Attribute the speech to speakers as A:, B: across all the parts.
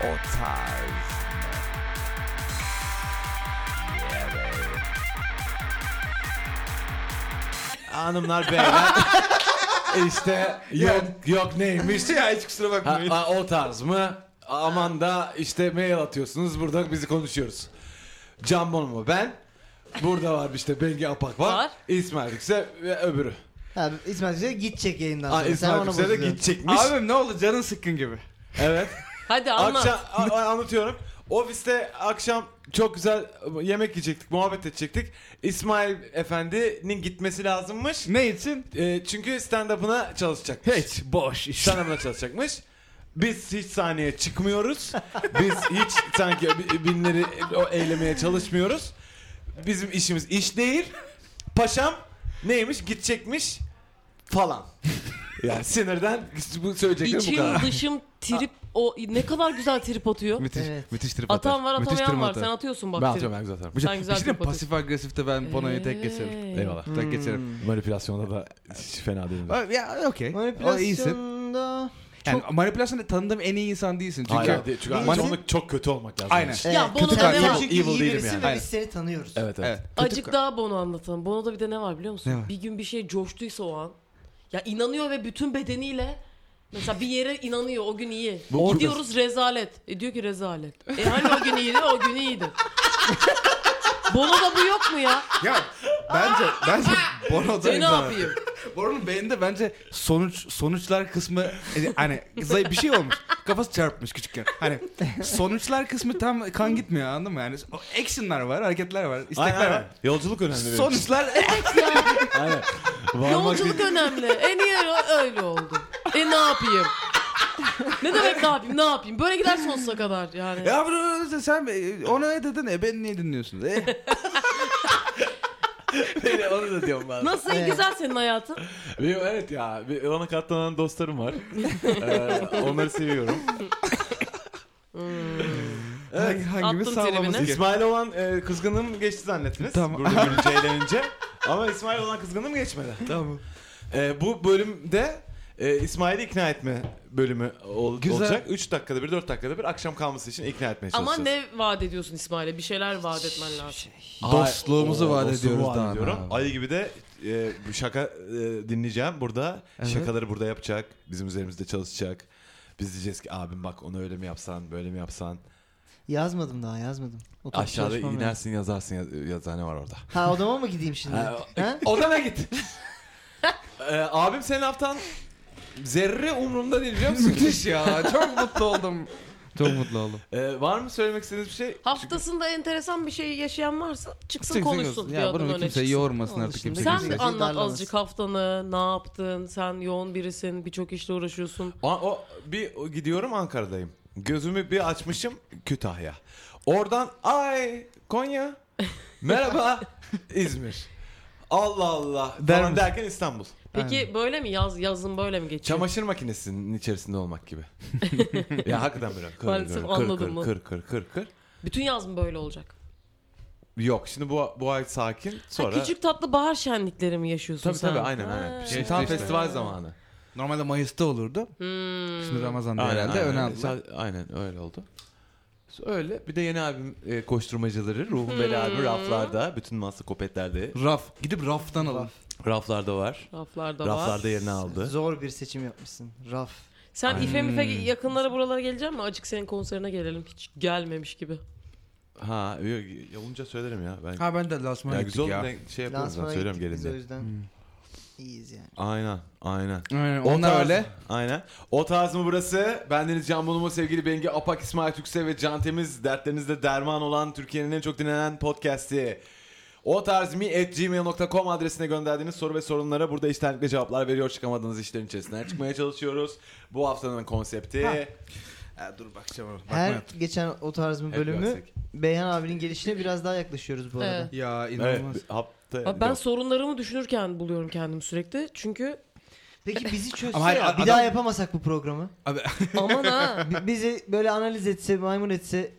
A: O tarz
B: Hanımlar beyler. işte yok yok neymiş
C: ya hiç kusura
B: Ha,
C: bakmayın.
B: ha, o tarz mı? Aman da işte mail atıyorsunuz burada bizi konuşuyoruz. Can Bonomo ben. Burada var işte Bengi Apak var.
D: Var.
B: İsmail Yükse ve öbürü.
E: Ha, İsmail Yüksel gidecek yayından sonra.
B: Ha,
E: Sen
B: İsmail
E: ona
B: Yükse de
E: bozuyorsun.
B: gidecekmiş.
C: Abim ne oldu canın sıkkın gibi.
B: Evet.
D: Hadi anlat.
B: akşam a- a- anlatıyorum. Ofiste akşam çok güzel yemek yiyecektik, muhabbet edecektik. İsmail Efendi'nin gitmesi lazımmış.
C: Ne için?
B: E, çünkü stand-up'ına çalışacak.
C: Hiç boş iş.
B: Stand-up'ına çalışacakmış. Biz hiç sahneye çıkmıyoruz. Biz hiç sanki bi- binleri o eylemeye çalışmıyoruz. Bizim işimiz iş değil. Paşam neymiş gidecekmiş falan. Yani sinirden bu söyleyeceklerim bu kadar.
D: İçim dışım trip o ne kadar güzel trip atıyor.
C: Müthiş,
E: Evet.
C: müthiş trip atar.
D: Atan var
C: Müthiş
D: atamayan
C: trip
D: var.
C: atar.
D: Sen atıyorsun bak.
B: Ben
D: trip.
B: atıyorum ben güzel atarım.
C: Bir şey-
D: Sen
C: bir
D: güzel
C: şey diyeyim mi?
D: trip Hmm.
C: pasif agresifte ben Pono'yu tek geçerim.
D: Eee.
B: Eyvallah.
C: Tek geçerim.
B: Manipülasyonda da hiç fena değilim.
C: Abi Ya okey. O iyisin.
E: Manipülasyonda...
C: Yani manipülasyonda tanıdığım en iyi insan değilsin. Çünkü
B: Hayır, değil. çünkü
C: Manip-
B: çok, çok kötü olmak lazım.
C: Aynen.
E: Evet,
D: Ya, Bono
E: kötü
D: da
E: kalpli.
D: ne var?
E: Çünkü
B: Evil
E: iyi
B: değilim
E: birisin
B: yani.
E: ve
C: Aynen.
E: biz seni tanıyoruz.
B: Evet evet.
C: Evet.
D: Acık daha Bono anlatalım. Bono'da bir de ne var biliyor musun?
C: Ne var?
D: Bir gün bir şey coştuysa o an. Ya inanıyor ve bütün bedeniyle Mesela bir yere inanıyor o gün iyi.
B: Bu-
D: Gidiyoruz rezalet. E diyor ki rezalet. E hani o gün iyiydi o gün iyiydi. Bono'da bu yok mu ya?
C: Ya bence bence Bono'da
D: E ne yapayım?
C: Bono'nun beyninde bence sonuç sonuçlar kısmı e, hani zayıf bir şey olmuş. Kafası çarpmış küçükken. Hani sonuçlar kısmı tam kan gitmiyor anladın mı? Yani o action'lar var, hareketler var, istekler
B: Aynen,
C: var.
B: aynen. Yolculuk
C: Hani
B: önemli benim için.
C: Sonuçlar
B: Aynen. Varmak
D: Yolculuk önemli. E niye ö- öyle oldu? E ne yapayım? Ne demek ne yapayım? Ne yapayım? Böyle gider sonsuza kadar yani.
C: Ya bunu sen e, ona ne dedin e ben niye dinliyorsun? E?
B: değil, şey onu da diyorum ben.
D: Nasıl
E: Evet.
D: güzel senin hayatın?
B: Benim, evet ya bir- bana katlanan dostlarım var. Ee, onları seviyorum.
C: Hangi, hangimiz
D: attın
C: sallaması
D: tribine.
C: gerekiyor?
B: İsmail olan e, kızgınım geçti zannettiniz.
C: Tamam.
B: Burada gülünce eğlenince. Ama İsmail olan kızgınım geçmedi.
C: Tamam.
B: E, bu bölümde e, İsmail'i ikna etme bölümü ol-
C: Güzel.
B: olacak. 3 dakikada bir 4 dakikada bir akşam kalması için ikna etmeye çalışacağız.
D: Aman ne vaat ediyorsun İsmail'e? Bir şeyler vaat etmen
B: şey.
D: lazım.
C: Dostluğumuzu
B: Ay, o-
C: vaat
B: dostluğumu
C: ediyoruz
B: vaat
C: daha
B: ediyorum.
C: abi.
B: Ayı gibi de e, bu şaka e, dinleyeceğim burada. Şakaları burada yapacak. Bizim üzerimizde çalışacak. Biz diyeceğiz ki abim bak onu öyle mi yapsan böyle mi yapsan.
E: Yazmadım daha yazmadım. Oturup
B: Aşağıda
E: çalışmam lazım.
B: inersin yazarsın yaz, yazane var orada.
E: Ha odama mı gideyim şimdi?
C: e,
E: ha?
B: Odana git. Ee, abim senin haftan zerre umrumda değil biliyor musun?
C: Müthiş ya. Çok mutlu oldum. Çok mutlu oldum.
B: Ee, var mı söylemek istediğiniz bir şey?
D: Haftasında enteresan bir şey yaşayan varsa çıksın konuşsun. bir
C: Ya
D: adam
C: bunu
D: öne
C: kimse
D: çıksın.
C: yormasın
E: Onun
C: artık
E: dışında
C: kimse.
E: kimse-
D: Sen
E: Kimse
D: anlat
E: darlamaz.
D: azıcık haftanı, ne yaptın, sen yoğun birisin, birçok işle uğraşıyorsun.
B: Aa, o, bir o, gidiyorum Ankara'dayım. Gözümü bir açmışım Kütahya. Oradan ay Konya. Merhaba İzmir. Allah Allah
C: Der
B: falan
C: misin?
B: derken İstanbul.
D: Peki böyle mi yaz, yazın böyle mi geçiyor?
B: Çamaşır makinesinin içerisinde olmak gibi. ya hakikaten böyle. Kır,
D: Maalesef
B: kır,
D: anladım
B: kır,
D: bunu.
B: kır, kır, kır, kır.
D: Bütün yaz mı böyle olacak?
B: Yok şimdi bu, bu ay sakin sonra.
D: Ha, küçük tatlı bahar şenlikleri mi yaşıyorsun
B: Tabii
D: sen?
B: tabii aynen
D: Ha.
B: aynen. Şimdi
C: Geçti
B: tam
C: işte.
B: festival zamanı.
C: Normalde Mayıs'ta olurdu.
D: Hmm.
C: Şimdi Ramazan'da herhalde öne aldılar.
B: Sa- Aynen öyle oldu. Öyle. Bir de yeni albüm e, koşturmacaları. Ruhum Beli albümü raflarda. Bütün masa kopetlerde.
C: Raf. Gidip raftan alın.
B: Raflarda var.
D: Raflarda var.
B: Raflarda yerini aldı.
E: Zor bir seçim yapmışsın. Raf.
D: Sen ife mife yakınlara buralara gelecek mi? Acık senin konserine gelelim. Hiç gelmemiş gibi.
B: Ha, yok, olunca söylerim ya. Ben
C: Ha ben de
B: ya
C: Lasman'a gittik
B: güzel
C: ya.
B: olur, ben şey yaparız ben
E: Lansmana
B: söylüyorum Hmm.
E: gittik
B: gelin
E: biz o
B: diye.
E: yüzden. İyiyiz yani.
B: Aynen, aynen.
C: Aynen,
B: O
C: onlar
B: tarz-
C: öyle.
B: Aynen. O tarz mı burası? Bendeniz Can Bonomo, sevgili Bengi Apak, İsmail Tükse ve Can Temiz. Dertlerinizde derman olan Türkiye'nin en çok dinlenen podcast'i. O tarz mi at gmail.com adresine gönderdiğiniz soru ve sorunlara burada içtenlikle cevaplar veriyor. Çıkamadığınız işlerin içerisinden çıkmaya çalışıyoruz. Bu haftanın konsepti.
E: Ha.
C: Ha, dur bakacağım. Bakma
E: Her
C: yaptım.
E: geçen o tarz mı
B: Hep
E: bölümü
B: görsek.
E: Beyhan abinin gelişine biraz daha yaklaşıyoruz bu arada.
D: Evet.
C: Ya
B: Evet,
C: inanılmaz.
B: hafta.
D: Abi ben sorunlarımı düşünürken buluyorum kendimi sürekli. Çünkü
E: Peki bizi çözse
C: Ama hayır,
E: ya, bir
C: adam-
E: daha yapamasak bu programı.
D: aman ha.
E: Bi- Bizi böyle analiz etse, maymun etse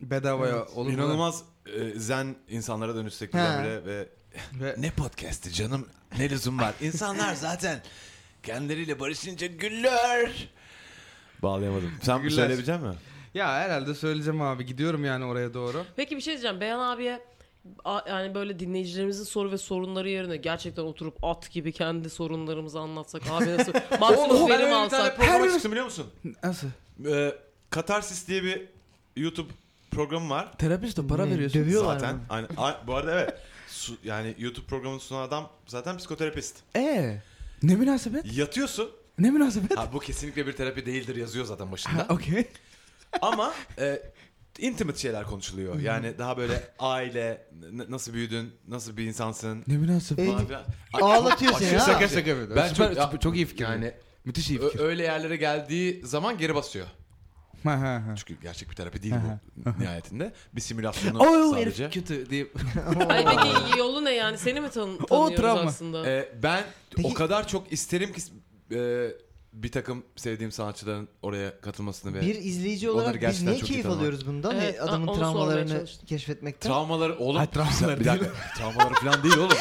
C: Bedavaya olur mu?
B: İnanılmaz e, zen insanlara dönüşsek
E: Ha.
B: birdenbire ve
C: Ve-
B: ne podcast'i canım ne lüzum var. İnsanlar zaten kendileriyle barışınca güller Bağlayamadım. Sen bir
C: Teşekkürler.
B: söyleyebilecek misin?
C: Ya herhalde söyleyeceğim abi. Gidiyorum yani oraya doğru.
D: Peki bir şey diyeceğim. Beyhan abiye a- yani böyle dinleyicilerimizin soru ve sorunları yerine gerçekten oturup at gibi kendi sorunlarımızı anlatsak abi nasıl maksimum
B: Oğlum,
D: verim
B: öyle bir tane
D: alsak.
B: programa
C: Her-
B: çıktım biliyor musun?
C: Nasıl?
B: Ee, Katarsis diye bir YouTube programı var.
C: Terapiste para
E: Ne,
C: veriyorsun.
E: Dövüyorlar
B: zaten.
E: mı?
B: Aynen. A- bu arada evet. Su- yani YouTube programını sunan adam zaten psikoterapist.
C: Ee, ne münasebet?
B: Yatıyorsun.
C: Ne münasebet?
B: Ha, bu kesinlikle bir terapi değildir yazıyor zaten
C: Ha,
B: başında.
C: Okey.
B: Ama e, intimate şeyler konuşuluyor. Yani daha böyle aile, n- nasıl büyüdün, nasıl bir insansın.
C: Ne münasebet?
E: Ee,
B: falan filan. Ay,
E: Ağlatıyor
B: çok-
E: seni
B: aşırı
E: ha.
B: sakat.
C: yapıyorum.
B: Ben
C: Süper-
B: çok-
C: süper- çok iyi fikir.
B: Yani
C: Müthiş iyi
B: ö-
C: fikir.
B: öyle yerlere geldiği zaman geri basıyor.
C: Ha, ha, ha.
B: Çünkü gerçek bir terapi değil
C: Aha,
B: bu nihayetinde. Bir simülasyonu
C: Oo
B: sadece.
C: herif kötü diye.
D: Ay peki yolu ne yani? Seni mi tanı- tanıyoruz
C: travma.
D: aslında?
B: Ee, ben
E: Peki-
B: o kadar çok isterim ki e, bir takım sevdiğim sanatçıların oraya katılmasını ve
E: Bir izleyici
B: Onları
E: olarak biz
B: gerçekten
E: niye
B: çok iyi
E: keyif
B: tanımak.
E: alıyoruz bundan?
D: Evet,
E: Ve
D: a- onu
E: adamın
D: sormaya
E: travmalarını
D: çalıştım.
E: keşfetmekten.
B: travmaları oğlum.
C: Ay, travmaları
B: bir dakika. travmaları falan değil oğlum.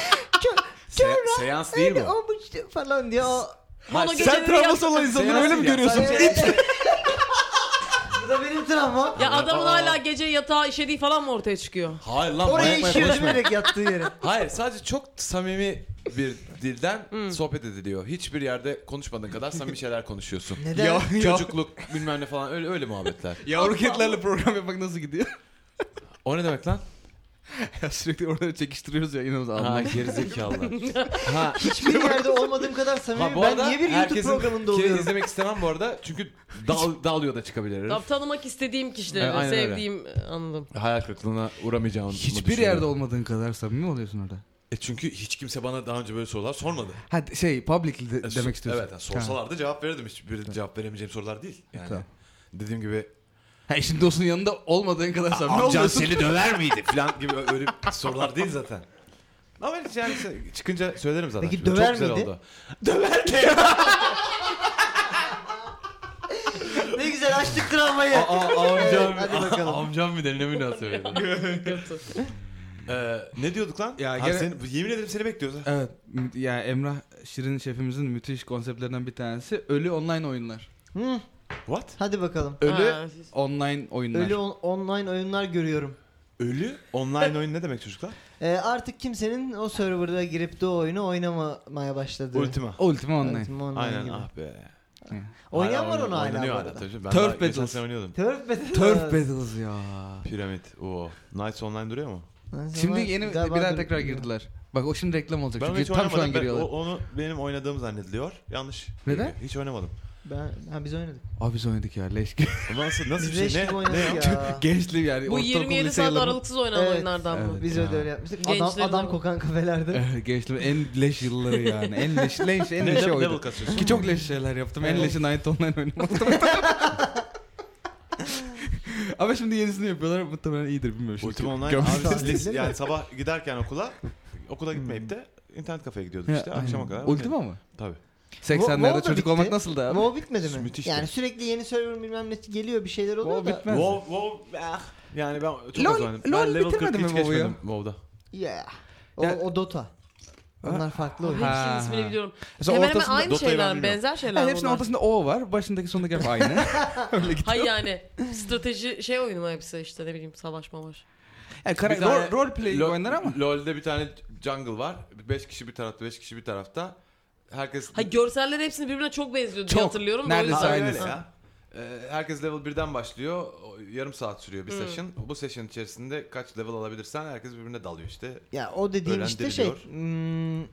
B: Se- seans değil
E: Öyle
B: bu.
E: olmuştu falan diye o...
B: Hayır,
D: Bana
B: sen
D: geceleri yap-
B: travması olan insanları
C: Seans
B: öyle
C: değil
B: mi
C: ya,
B: görüyorsun?
E: sadece-
B: İt!
E: Bu da benim travmam.
D: Ya adamın
B: Aa.
D: hala gece yatağa işediği falan mı ortaya çıkıyor?
B: Hayır lan
E: Oraya
B: manyak manyak
E: işiyor
B: konuşma.
E: dönerek yattığı yere.
B: Hayır sadece çok samimi bir dilden
D: Hmm.
B: sohbet ediliyor. Hiçbir yerde konuşmadığın kadar samimi şeyler konuşuyorsun.
E: Neden?
C: Ya-
B: Çocukluk bilmem ne falan öyle öyle muhabbetler.
C: Yavru kedilerle program yapmak nasıl gidiyor?
B: O ne demek lan?
C: ya sürekli oraları çekiştiriyoruz ya inanılmaz.
B: Ha
C: Allah'ım.
B: gerizekalılar. ha
E: Hiçbir yerde olmadığım kadar
B: Ha,
E: samimi.
B: bu
E: Ben
B: arada
E: niye bir YouTube
B: herkesin şey
E: programında
B: keyif
E: oluyorum?
B: izlemek istemem bu arada. Çünkü dal, dalıyor da çıkabilir. herif.
D: Tam tanımak istediğim
B: Evet,
D: kişileri,
B: aynen öyle.
D: sevdiğim anladım.
B: Hayal kırıklığına uğramayacağımı
C: Hiçbir
B: düşünüyorum.
C: yerde olmadığın kadar samimi oluyorsun orada.
B: E çünkü hiç kimse bana daha önce böyle sorular sormadı.
C: Ha şey publicly de-
B: E, so-
C: demek istiyorsun.
B: Evet yani sorsalardı cevap verirdim. Hiçbir cevap veremeyeceğim sorular değil. Yani
C: Tamam.
B: dediğim gibi
C: Ha. ha şimdi dostun yanında olmadığın kadar samimi
B: amcan
C: oluyorsun.
B: seni döver miydi falan gibi öyle sorular değil zaten. Ama hiç yani se- çıkınca söylerim zaten.
E: Peki
B: şimdi.
E: döver
B: Çok güzel
E: miydi?
B: oldu.
E: Ne güzel açtık travmayı.
B: Aa, amcam. Ah,
E: Evet, hadi bakalım.
B: amcam mı der ne münasebet.
D: Kötü.
B: Ee, ne diyorduk lan?
C: Ya
B: Ya,
C: gene-
B: yemin ederim seni bekliyoruz. ha.
C: Evet. mü- Ya Emrah Şirin şefimizin müthiş konseptlerinden bir tanesi ölü online oyunlar.
E: Hı,
B: What?
E: hadi bakalım.
C: Ölü
D: Ha,
C: online oyunlar.
E: Öyle on- online oyunlar görüyorum.
B: Ölü online oyun ne demek çocuklar?
E: Ee, artık kimsenin o serverda girip de o oyunu oynamamaya başladı.
B: Ultima.
C: Ultima online.
E: Evet, online
B: Aynen
E: gibi.
B: ah be.
E: Oynayan
B: Hala
E: var
B: oyn-
E: onu hala bu
B: oynanıyor
E: arada.
B: tabii. Ben
C: Turf
B: daha geçen
C: Battles.
B: sene oynuyordum.
E: Turf Battle.
C: Turf Battles ya.
B: Piramit. Oo. Nights Online duruyor mu?
E: Neyse,
C: Şimdi
E: ama
C: yeni
E: galiba
C: birer
E: dur-
C: tekrar girdiler. Bak o şimdi reklam olacak
B: Ben hiç
C: çünkü tam şu an
B: oynamadım. Ben, o-
C: giriyorlar.
B: onu benim oynadığım zannediliyor. Yanlış.
C: Neden?
B: Hiç oynamadım.
E: Ben, ha biz oynadık.
C: Abi biz oynadık ya leş.
B: Ama Nasıl, nasıl bir
E: Biz
B: şey?
E: şey,
B: Ne, ne
E: oynadık ya.
C: Gençliğim yani.
D: Bu
C: ortaokul,
D: 27
C: lise
D: saat
C: yıllarım-
D: aralıklardan oynanan
E: Evet.
D: oyunlardan mı?
C: Evet.
E: Biz
C: Ya.
E: öyle öyle yapmıştık. Adam,
D: Gençlerin
E: adam
D: ama.
E: kokan kafelerde.
C: Evet, Gençliğim en leş yılları yani. En leş, leş, en
B: Ne
C: leş
B: level, level
C: oydu.
B: kasıyorsun?
C: Ki çok leş şeyler yaptım. En
E: Evet.
C: leşi Night Online oynamadım. Ama şimdi yenisini yapıyorlar. Muhtemelen iyidir bilmiyorum. Şimdi
B: Ultima Online.
C: göm-
B: Abi,
E: Gömdüm.
B: biz lis- yani sabah giderken okula, okula gitmeyip de internet kafeye gidiyorduk işte.
C: Hmm. Ya,
B: Akşama
C: aynen.
B: kadar.
C: Ultima mı?
B: Tabii.
E: Wo- WoW
C: 80'lerde
E: da
C: çocuk
E: bitti.
C: olmak nasıldı abi?
E: Ama o bitmedi mi?
B: Müthişti.
E: Yani sürekli yeni server bilmem ne geliyor bir şeyler oluyor
C: WoW
E: da.
C: bitmez.
B: WoW, WoW, ah. Yani ben çok
C: LOL
B: az oynadım.
C: LOL
B: Ben level
C: bitirmedi
B: 40 hiç
C: mi WoW'u ya?
B: geçmedim WoW'da.
E: Yeah. O,
C: Ya-
E: o Dota. Onlar farklı
D: Abi
E: oyun.
C: Ha,
D: Hepsinin ismini
C: ha.
D: biliyorum.
C: Mesela
D: hemen hemen
C: ortasında
D: aynı
B: Dota'yı ben
D: şeyler,
B: bilmiyorum.
D: benzer şeyler
C: Yani hepsinin
D: bunlar.
C: ortasında O var. Başındaki sonundaki hep aynı. Öyle gidiyor.
D: Hayır yani strateji şey oyunu mu hepsi işte ne bileyim savaş mamaş.
C: Yani
B: Bir
C: kara-
B: tane
C: rol, rol play
B: Lo-
C: oyunlar ama.
B: LoL'de bir tane jungle var. 5 kişi bir tarafta, 5 kişi bir tarafta. Herkes
D: Hayır görselleri hepsini birbirine çok benziyor diye
C: Çok.
D: hatırlıyorum. da o
C: Neredeyse
D: yüzden-
B: Abi öyle
C: aynısı.
B: ya. Ee, Herkes level 1'den başlıyor. O Yarım saat sürüyor
C: Hmm.
B: bir session. Bu session içerisinde kaç level alabilirsen herkes birbirine dalıyor işte.
E: Ya o dediğin
B: Ölen
E: işte şey.
B: diriliyor.
E: Hmm,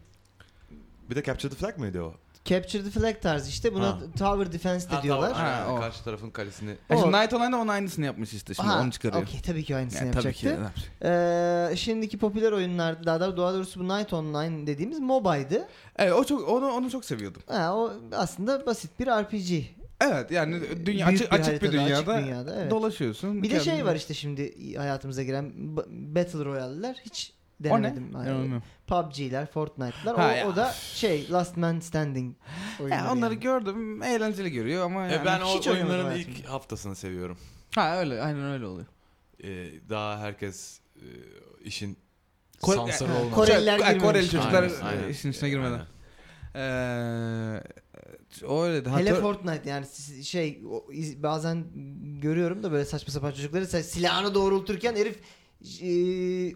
B: Bir de Capture the Flag mıydı o?
E: Capture the Flag tarzı işte. Buna
B: Ha.
E: Tower Defense de diyorlar.
B: tamam, aynen,
C: Ha,
B: aynen.
C: o.
B: Karşı tarafın kalesini.
C: Yani
E: O-
C: şimdi Night Online'da onun aynısını yapmış işte. Şimdi
E: Ha,
C: onu çıkarıyor.
E: Okey tabii ki aynısını
C: Yani tabii
E: yapacaktı.
C: ki. ne yapacak?
E: Ee, şimdiki popüler oyunlarda daha doğrusu- daha doğrusu bu Night Online dediğimiz mobaydı.
C: Evet o çok onu onu çok seviyordum.
E: Ha, o aslında basit bir RPG.
C: Evet yani dünya
E: Büyük
C: açık, açık bir
E: haritada,
C: dünyada,
E: açık dünyada, evet.
C: dolaşıyorsun.
E: Bir de
C: kendini-
E: şey var işte şimdi hayatımıza giren ba- Battle Royale'ler hiç
C: O ne?
E: denemedim.
C: Ne
E: Yani
C: bilmiyorum.
E: PUBG'ler, Fortnite'lar
C: Ha
E: o,
C: ya.
E: o da şey Last Man Standing oyunları.
C: Ya, onları
E: yani.
C: gördüm. Eğlenceli görüyor ama yani.
B: E, ben o
E: hiç oynamadım
B: oyunların
E: hayatımda.
B: ilk haftasını seviyorum.
C: Ha öyle aynen öyle oluyor.
B: Ee, daha herkes e, işin
C: Kore-
B: sansarı
C: Ha,
B: olmadan.
E: Koreliler
C: Şey, Koreli
E: girmemiş.
C: çocuklar
B: Aynen, aynen.
C: işin içine girmeden.
B: Aynen.
C: Ee, o öyle.
E: Hele
C: Hatır-
E: Fortnite yani si- şey o iz- bazen görüyorum da böyle saçma sapan çocukları sa- silahını doğrulturken herif e,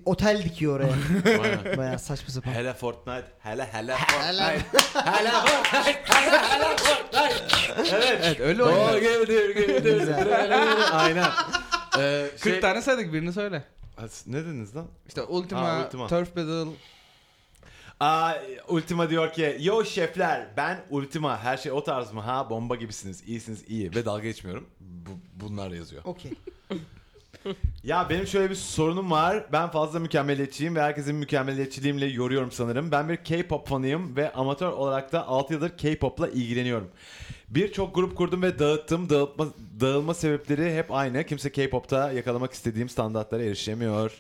E: otel dikiyor oraya.
B: Bayağı.
E: Baya saçma sapan.
B: Hele Fortnite, hele hele Fortnite.
C: Evet öyle
B: Doğru
C: oynuyor.
B: güldür güldür.
E: Güzel.
B: güldür. Aynen. Ee,
C: 40
B: şey-
C: tane saydık birini söyle.
B: As- Ne dediniz lan?
C: İşte Ultima,
B: Ha, Ultima.
C: Turf Battle.
B: Aa, Ultima diyor ki yo şefler ben Ultima her şey o tarz mı ha bomba gibisiniz iyisiniz iyi ve dalga geçmiyorum Bu- bunlar yazıyor.
E: Okey.
B: Ya benim şöyle bir sorunum var ben fazla mükemmeliyetçiyim ve herkesin mükemmeliyetçiliğimle yoruyorum sanırım. Ben bir K-pop fanıyım ve amatör olarak da 6 yıldır K-pop'la ilgileniyorum. Birçok grup kurdum ve dağıttım. Dağıtma, dağılma sebepleri hep aynı. Kimse K-pop'ta yakalamak istediğim standartlara erişemiyor.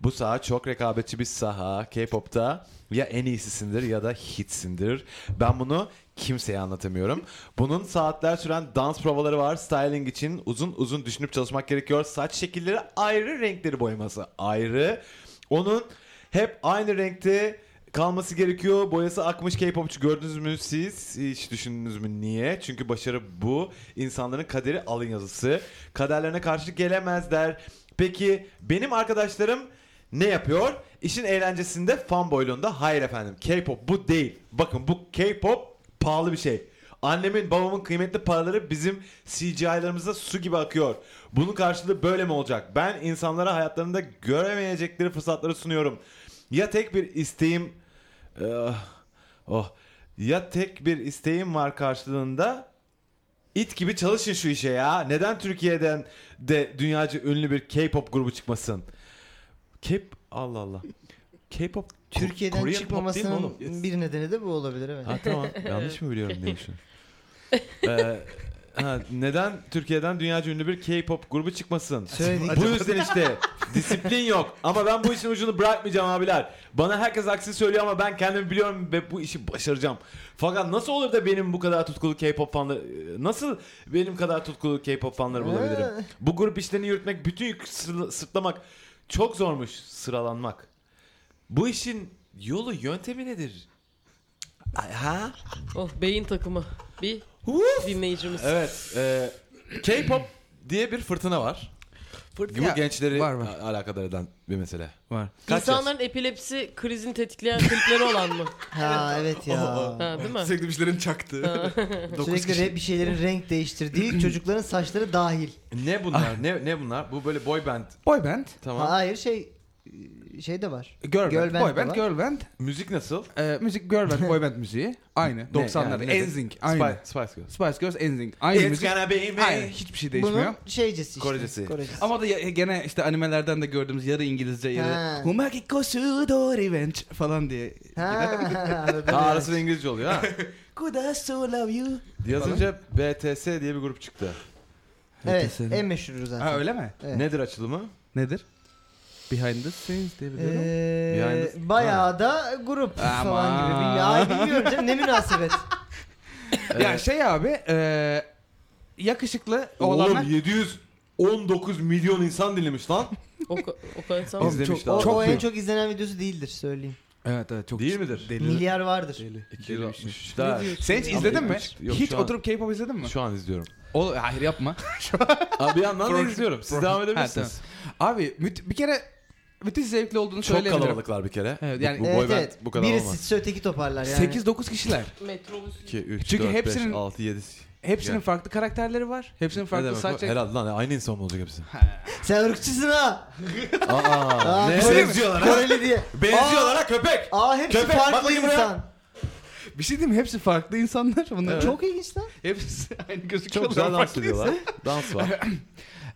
B: Bu saha çok rekabetçi bir saha. K-pop'ta ya en iyisisindir ya da hitsindir. Ben bunu kimseye anlatamıyorum. Bunun saatler süren dans provaları var. Styling için uzun uzun düşünüp çalışmak gerekiyor. Saç şekilleri ayrı, renkleri boyaması ayrı. Onun hep aynı renkte kalması gerekiyor. Boyası akmış K-popçu gördünüz mü siz? Hiç düşündünüz mü niye? Çünkü başarı bu. İnsanların kaderi alın yazısı. Kaderlerine karşı gelemezler. Peki benim arkadaşlarım ne yapıyor? İşin eğlencesinde fanboyluğunda. Hayır efendim K-pop bu değil. Bakın bu K-pop pahalı bir şey. Annemin babamın kıymetli paraları bizim CGI'larımıza su gibi akıyor. Bunun karşılığı böyle mi olacak? Ben insanlara hayatlarında göremeyecekleri fırsatları sunuyorum. Ya tek bir isteğim eh, oh ya tek bir isteğim var karşılığında it gibi çalışın şu işe ya. Neden Türkiye'den de dünyaca ünlü bir K-pop grubu çıkmasın? K Allah Allah. K-pop
E: Türkiye'den
B: Korean pop değil mi
E: çıkmamasının
B: oğlum?
E: bir nedeni de bu olabilir evet.
B: Ha tamam. Yanlış mı biliyorum diye düşünüyorum. Ee, ha, neden Türkiye'den dünyaca ünlü bir K-pop grubu çıkmasın?
E: Söyledik.
B: Bu yüzden işte disiplin yok. Ama ben bu işin ucunu bırakmayacağım abiler. Bana herkes aksi söylüyor ama ben kendimi biliyorum ve bu işi başaracağım. Fakat nasıl olur da benim bu kadar tutkulu K-pop fanları nasıl benim kadar tutkulu K-pop fanları bulabilirim?
E: Ee.
B: Bu grup işlerini yürütmek, bütün yükü sırla- sırtlamak çok zormuş sıralanmak. Bu işin yolu, yöntemi nedir? Ay, Ha?
D: Oh beyin takımı. Bir dinleyicimiz.
B: Evet. e, K-pop diye bir fırtına var. Bu
C: Ya,
B: gençleri
C: var, var.
B: a- alakadar eden bir mesele.
C: Var.
B: Kaç yaş?
D: İnsanların epilepsi krizini tetikleyen klipleri olan mı?
E: Ha evet ya.
D: Ha, değil mi?
C: Sürekli bir şeylerin çaktı.
E: Sürekli re- bir şeylerin renk değiştirdiği çocukların saçları dahil.
B: Ne bunlar? ne ne bunlar? Bu böyle boy band.
C: Boy band.
B: Tamam.
E: Hayır şey şey de var.
C: Girl,
E: Girl
C: band, boy
E: band de
C: band,
E: var.
C: girl band.
B: Müzik nasıl?
C: Ee, müzik girl band, boy band müziği. Aynı. 90'larda.
B: yani, nedir?
C: NSYNC. Aynı.
B: Spice, Spice Girls.
C: Spice Girls, NSYNC. Aynı müzik.
B: be
C: Aynı. Hiçbir şey değişmiyor.
E: Bunun şeycesi işte.
B: Korecesi.
C: Ama da ya- gene işte animelerden de gördüğümüz yarı İngilizce
E: Ha.
C: yarı Humaki kosu do revenge falan diye.
E: ha,
B: Ha,
E: anladım.
B: arası da İngilizce oluyor ha.
C: Could I so love you?
B: Yazınca BTS diye bir grup çıktı.
E: Evet
C: Ötesi.
E: en meşhuru zaten.
C: Ha öyle mi?
E: Evet.
B: Nedir açılımı?
C: Nedir? Behind the scenes diye biliyorum.
E: Ee,
B: Behind the-
E: bayağı da grup falan
C: Aman.
E: gibi. bir- Ya bilmiyorum canım ne münasebet.
C: Ya şey abi e, yakışıklı olanlar.
B: Oğlum 719 milyon insan dinlemiş lan.
D: O, ka- o kadar insan
B: Oğlum,
D: var.
B: İzlemiş
C: çok,
E: O,
B: lan.
C: çok,
E: o en
C: büyük.
E: çok izlenen videosu değildir söyleyeyim.
C: Evet evet çok.
B: Değil midir?
C: Deli.
E: Milyar vardır.
C: Deli.
B: 260.
D: Ne
B: Daha-
D: diyorsun
C: Sen hiç
D: ya?
C: izledin
B: Ama
C: mi?
B: hiç- yok,
C: hiç
B: şu an-
C: oturup K-pop izledin mi?
B: Şu an izliyorum.
C: Oğlum, hayır yapma.
B: Abi bir yandan da
C: Pro-
B: izliyorum. Siz
C: pro-
B: devam
C: Ha,
B: edebilirsiniz.
C: Abi müt- bir kere müthiş zevkli olduğunu
B: Çok
C: söyleyebilirim.
B: kalabalıklar bir kere.
C: Evet,
B: Bu-
C: yani-
B: bu, boy
E: evet
B: band
E: evet.
B: bu kadar
E: Birisi
B: olmaz.
E: size öteki toparlar yani.
C: 8-9 kişiler.
D: Metrobüs.
B: 2, 3,
C: Çünkü
B: 4,
C: hepsinin-
B: 5, 6, 7.
C: Hepsinin
B: Yani.
C: farklı karakterleri var. Hepsinin
B: Ne
C: farklı
B: demek
C: saç
B: o? Herhalde lan aynı insan mı olacak hepsi?
E: Sen ırkçısın ha.
B: Aa,
E: Aa,
B: ne?
E: Koreli-
B: Benziyorlar ha.
E: Koreli diye.
B: Benziyorlar ha köpek.
E: Aa hepsi
B: Köpek, bak
E: farklı
B: bakayım
E: insan.
B: buraya.
C: Bir şey diyeyim mi? Hepsi farklı insanlar. Bunlar çok
E: Çok ilginç lan.
C: hepsi aynı gözüküyorlar.
B: Çok güzel dans
C: farklı
B: ediyorlar. Dans var.
C: insan.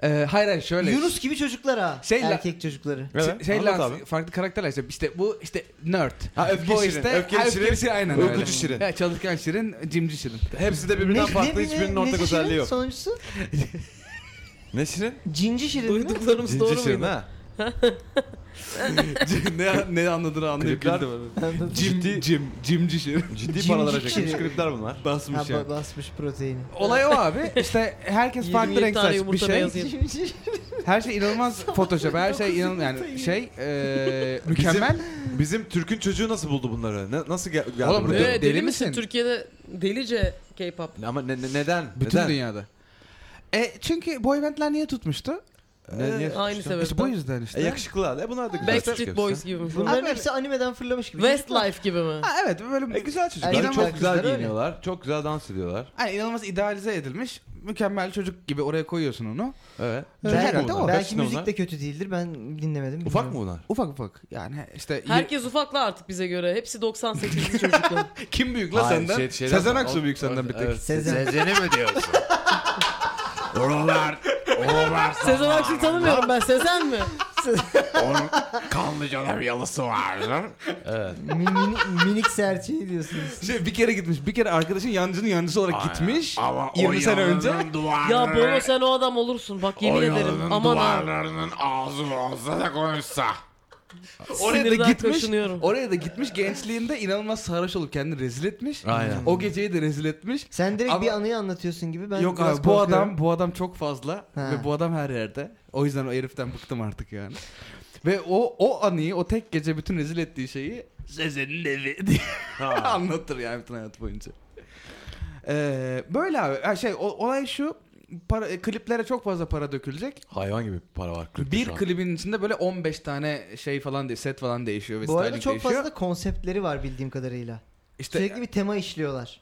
C: Ee, hayır hayır şöyle.
E: Yunus gibi çocuklar ha.
C: Şey la-
E: Erkek çocukları.
B: Evet.
C: şey
B: anlat
C: lan,
B: abi.
C: farklı karakterler işte. İşte bu işte nerd.
B: Ha, öfke
C: Bu
B: şirin, öfke
C: ha,
B: şirin,
C: aynen
B: uykucu
C: öyle.
B: şirin.
C: Evet, çalışkan şirin, cimci şirin.
B: Hepsi de birbirinden farklı.
E: ne-
B: Hiçbirinin
E: ne-
B: ortak
E: neci
B: özelliği
E: şirin?
B: yok.
E: Sonuncusu?
B: Ne şirin?
E: Cinci şirin mi?
D: Duyduklarımız
B: Cinci
D: doğru
B: şirin
D: muydu?
B: ha.
C: ne, ne anladığını anlayıp
B: Klipler-
C: güldüm.
E: Anladım.
C: Cim, cim, cimci şirin.
B: Ciddi
E: Cimcik
B: paralara çekilmiş
E: şirin.
B: klipler bunlar.
E: Ha,
C: Basmış
E: ba- basmış proteini.
C: Olay o abi. İşte herkes farklı
D: 27
C: renk
D: tane
C: saç bir
D: yumurta
C: şey.
D: beyazı yedim.
E: Cimci-
C: Her şey inanılmaz Photoshop. Her şey inanılmaz yani şey e, mükemmel.
B: Bizim Türk'ün çocuğu nasıl buldu bunları? Ne- nasıl gel- geldi
C: Oğlum,
B: buraya?
C: Evet.
D: Ee, deli
C: Deli
D: misin?
C: misin?
D: Türkiye'de delice K-pop.
B: Ama ne, ne- neden?
C: Bütün
B: neden?
C: dünyada. E çünkü boy bandler niye tutmuştu?
B: Ne- niye
C: E,
D: Aynı
B: tutmuştu?
D: sebep.
C: İşte bu yüzden işte.
B: E, yakışıklılar. E, bunlar da güzel.
D: Backstreet Boys gibi mi?
E: Bunların
C: Abi-
E: hepsi animeden fırlamış gibi. Çocuklar-
D: Westlife gibi mi?
C: Ha evet böyle
B: E, güzel çocuklar.
E: Erkek
B: çok
E: kızlar
B: güzel
E: öyle.
B: giyiniyorlar. Çok güzel dans ediyorlar.
C: hani inanılmaz idealize edilmiş. Mükemmel çocuk gibi oraya koyuyorsun onu.
B: Evet.
C: Çocuk
E: Belki,
C: herhalde o.
E: belki
B: Kaçında
E: müzik
B: bunlar?
E: de kötü değildir. Ben dinlemedim.
B: Ufak
E: bilmiyorum.
B: mı bunlar?
C: Ufak ufak yani işte
D: Herkes ufakla artık bize göre. Hepsi 98'li çocuklar.
C: kim büyük la
B: Hayır,
C: senden?
B: şey- şeyden-
C: Sezen Aksu
B: o-
C: büyük senden bir tek.
B: Evet.
E: Sezen.
A: Sezen'i mi diyorsun? Oralar, oralar.
D: Sezen Aksu'yu tanımıyorum ben. Sezen mi?
A: Onun kanlıcalar yalısı vardır.
E: Mi- mini- minik serçeyi diyorsunuz.
C: Şey bir kere gitmiş. Bir kere arkadaşın yancının yancısı olarak gitmiş.
A: Ama o
C: 20 sene önce.
A: yalının Duvarları,
D: Ya Bono sen o adam olursun. Bak
A: o
D: yemin ederim.
A: yalının
D: Aman ha.
A: duvarlarının ağzı olsa da konuşsa.
C: Oraya da
D: Sinirden
C: gitmiş.
D: kaşınıyorum.
C: Oraya da gitmiş gençliğinde inanılmaz sarhoş olup kendini rezil etmiş.
B: Aynen.
C: O geceyi de rezil etmiş.
E: Sen direkt
C: Ama-
E: bir anıyı anlatıyorsun gibi. Ben
C: Yok
E: biraz
C: abi bu
E: korkuyorum.
C: adam bu adam çok fazla
E: Ha.
C: ve bu adam her yerde. O yüzden o heriften bıktım artık yani. Ve o o anıyı o tek gece bütün rezil ettiği şeyi Sezen'in evi diye anlatır yani bütün hayat boyunca. Ee, böyle abi Ha şey o- olay şu para, e, kliplere çok fazla para dökülecek.
B: Hayvan gibi para var. klipte
C: bir
B: şu an.
C: klibin içinde böyle 15 tane şey falan de set falan değişiyor ve
E: Bu arada
C: styling
E: çok
C: değişiyor.
E: fazla şey- konseptleri var bildiğim kadarıyla.
C: İşte
E: Sürekli bir tema işliyorlar.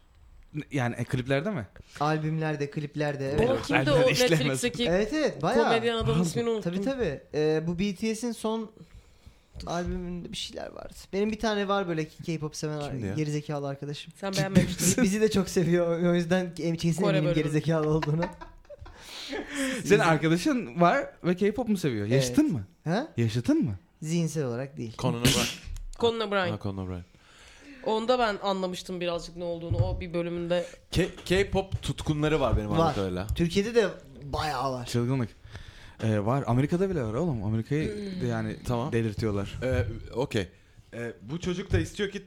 C: yani e, kliplerde mi?
E: Albümlerde, kliplerde. Evet
D: Bono kimdi o
C: Eller işlemez.
D: Netflix'teki
E: evet, evet E, bayağı.
D: komedyen adamın ismini unuttum.
E: Tabii tabii. Ee, bu BTS'in son albümünde bir şeyler vardı. Benim bir tane var böyle K-pop
B: Kimdi ya?
E: seven gerizekalı arkadaşım.
D: Sen beğenmemiştin.
E: Bizi, bizi de çok seviyor. O yüzden kesin
D: Kore
E: eminim
D: bölümü.
E: gerizekalı olduğunu.
C: Senin arkadaşın var ve K-pop mu seviyor?
E: Evet.
C: Yaşıtın mı?
E: ha?
C: Yaşıtın mı?
E: Zihinsel olarak değil.
B: Conan O'Brien.
D: Conan O'Brien.
B: Ha, Conan O'Brien.
D: Onda ben anlamıştım birazcık ne olduğunu. O bir bölümünde
B: K- K-pop tutkunları var benim
E: Var.
B: anladığım öyle.
E: Türkiye'de de bayağı var.
C: Çılgınlık. Ee, var. Amerika'da bile var oğlum. Amerika'yı de yani
B: Tamam.
C: delirtiyorlar.
B: Ee, Okey. Ee, bu çocuk da istiyor ki